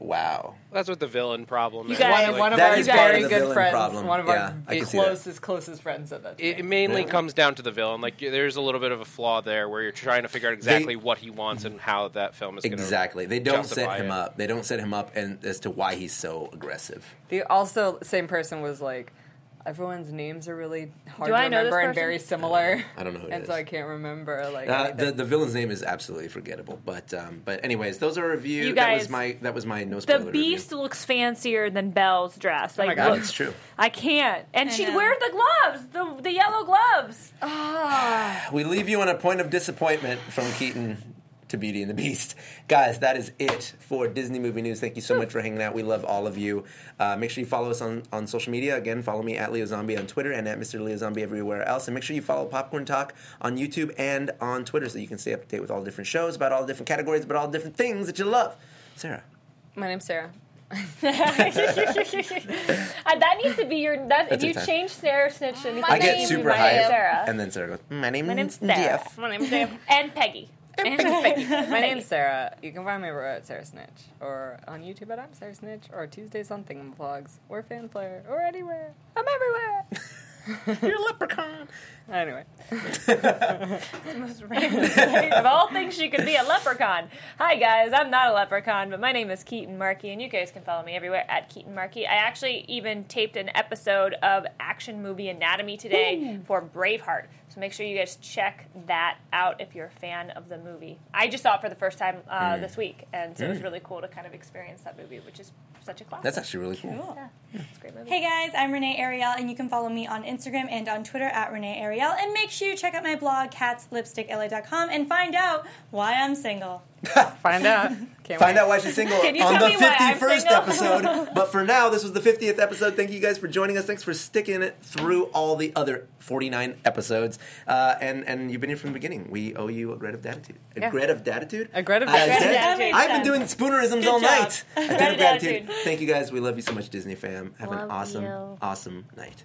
A: Wow.
F: That's what the villain problem
D: You
F: is.
D: guys,
F: Like,
D: one of
A: That
D: our
A: is part of
D: very
A: the
D: good
A: villain
D: friends,
A: problem.
D: one of
A: Yeah, I
D: our
A: can see that.
D: closest, closest friends said that. to
F: it
D: me.
F: it mainly
A: Yeah.
F: comes down to the villain. Like y- there's a little bit of a flaw there where you're trying to figure out exactly
A: They-
F: what he wants and how that film is going to
A: Exactly. They don't set
F: justify
A: him
F: it.
A: up. They don't set him up and as to why he's so aggressive.
D: The also same person was like, everyone's names are really hard
B: Do
D: to
B: I know this
D: remember and
B: person?
D: very similar.
A: I don't know who it
D: and
A: is.
D: so I can't remember. Like
A: Uh,
D: anything.
A: the the villain's name is absolutely forgettable, but um, but anyways, those are reviews.
B: You
A: that was
B: guys,
A: my that was my no spoiler.
B: The beast
A: Review.
B: looks fancier than Belle's dress. Like,
D: my God.
A: Oh,
B: look,
A: it's true.
B: I can't. And
E: I
B: she
E: know.
B: wears the gloves, the, the yellow gloves. [LAUGHS]
A: We leave you on a point of disappointment from Keaton to Beauty and the Beast. Guys, that is it for Disney Movie News. Thank you so much for hanging out. We love all of you. Uh, make sure you follow us on, on social media. Again, follow me at Leo Zombie on Twitter and at Mr. Leo Zombie everywhere else. And make sure you follow Popcorn Talk on YouTube and on Twitter so you can stay up to date with all the different shows, about all the different categories, about all the different things that you love. Sarah.
D: my name's Sarah.
B: Uh, that needs to be your. That, if
A: That's a
B: you
A: time.
B: change Sarah Snitch, to anything,
A: I
B: you
A: get
B: need
A: super
B: my name
A: hyped.
B: is Sarah.
A: And then Sarah goes, My name,
B: my name's
A: is
B: Sarah.
A: Jeff. [LAUGHS]
B: My
D: [LAUGHS]
B: name's Sarah. And Peggy.
D: And Peggy. My name's Sarah. You can find me over at Sarah Snitch or on YouTube at I'm Sarah Snitch or Tuesdays on Thingamvlogs or Fanflare or anywhere. I'm everywhere.
A: You're a leprechaun. [LAUGHS]
D: anyway.
B: most random thing of all things she could be a leprechaun. Hi guys, I'm not a leprechaun, but my name is Keaton Markey, and you guys can follow me everywhere at Keaton Markey. I actually even taped an episode of Action Movie Anatomy today for Braveheart, so make sure you guys check that out if you're a fan of the movie. I just saw it for the first time uh, this week, and so it was really cool to kind of experience that movie, which is such a classic.
A: That's actually really cool.
B: It's a great movie.
E: Hey guys, I'm Renee Ariel, and you can follow me on Instagram and on Twitter at Renee Ariel. And make sure you check out my blog, catslipstickla.com, and find out why I'm single.
D: Find [LAUGHS] out. Can't
A: Find
D: wait.
A: out why she's single
B: Can you
A: on the
B: tell me why I'm
A: 51st
B: single?
A: episode. But for now, this was the 50th episode. Thank you guys for joining us. Thanks for sticking it through all the other 49 episodes. Uh, and, and you've been here from the beginning. We owe you a grade of gratitude. A
D: Yeah.
A: grade of gratitude?
D: A grade of
A: I
D: gratitude.
A: said-
B: That made
A: I've been
E: sense.
A: doing spoonerisms all
E: job.
A: night. A grade of
B: of
A: gratitude.
B: gratitude.
A: Thank you guys. We love you so much, Disney fam. Have an
B: Love
A: awesome,
B: you.
A: awesome night.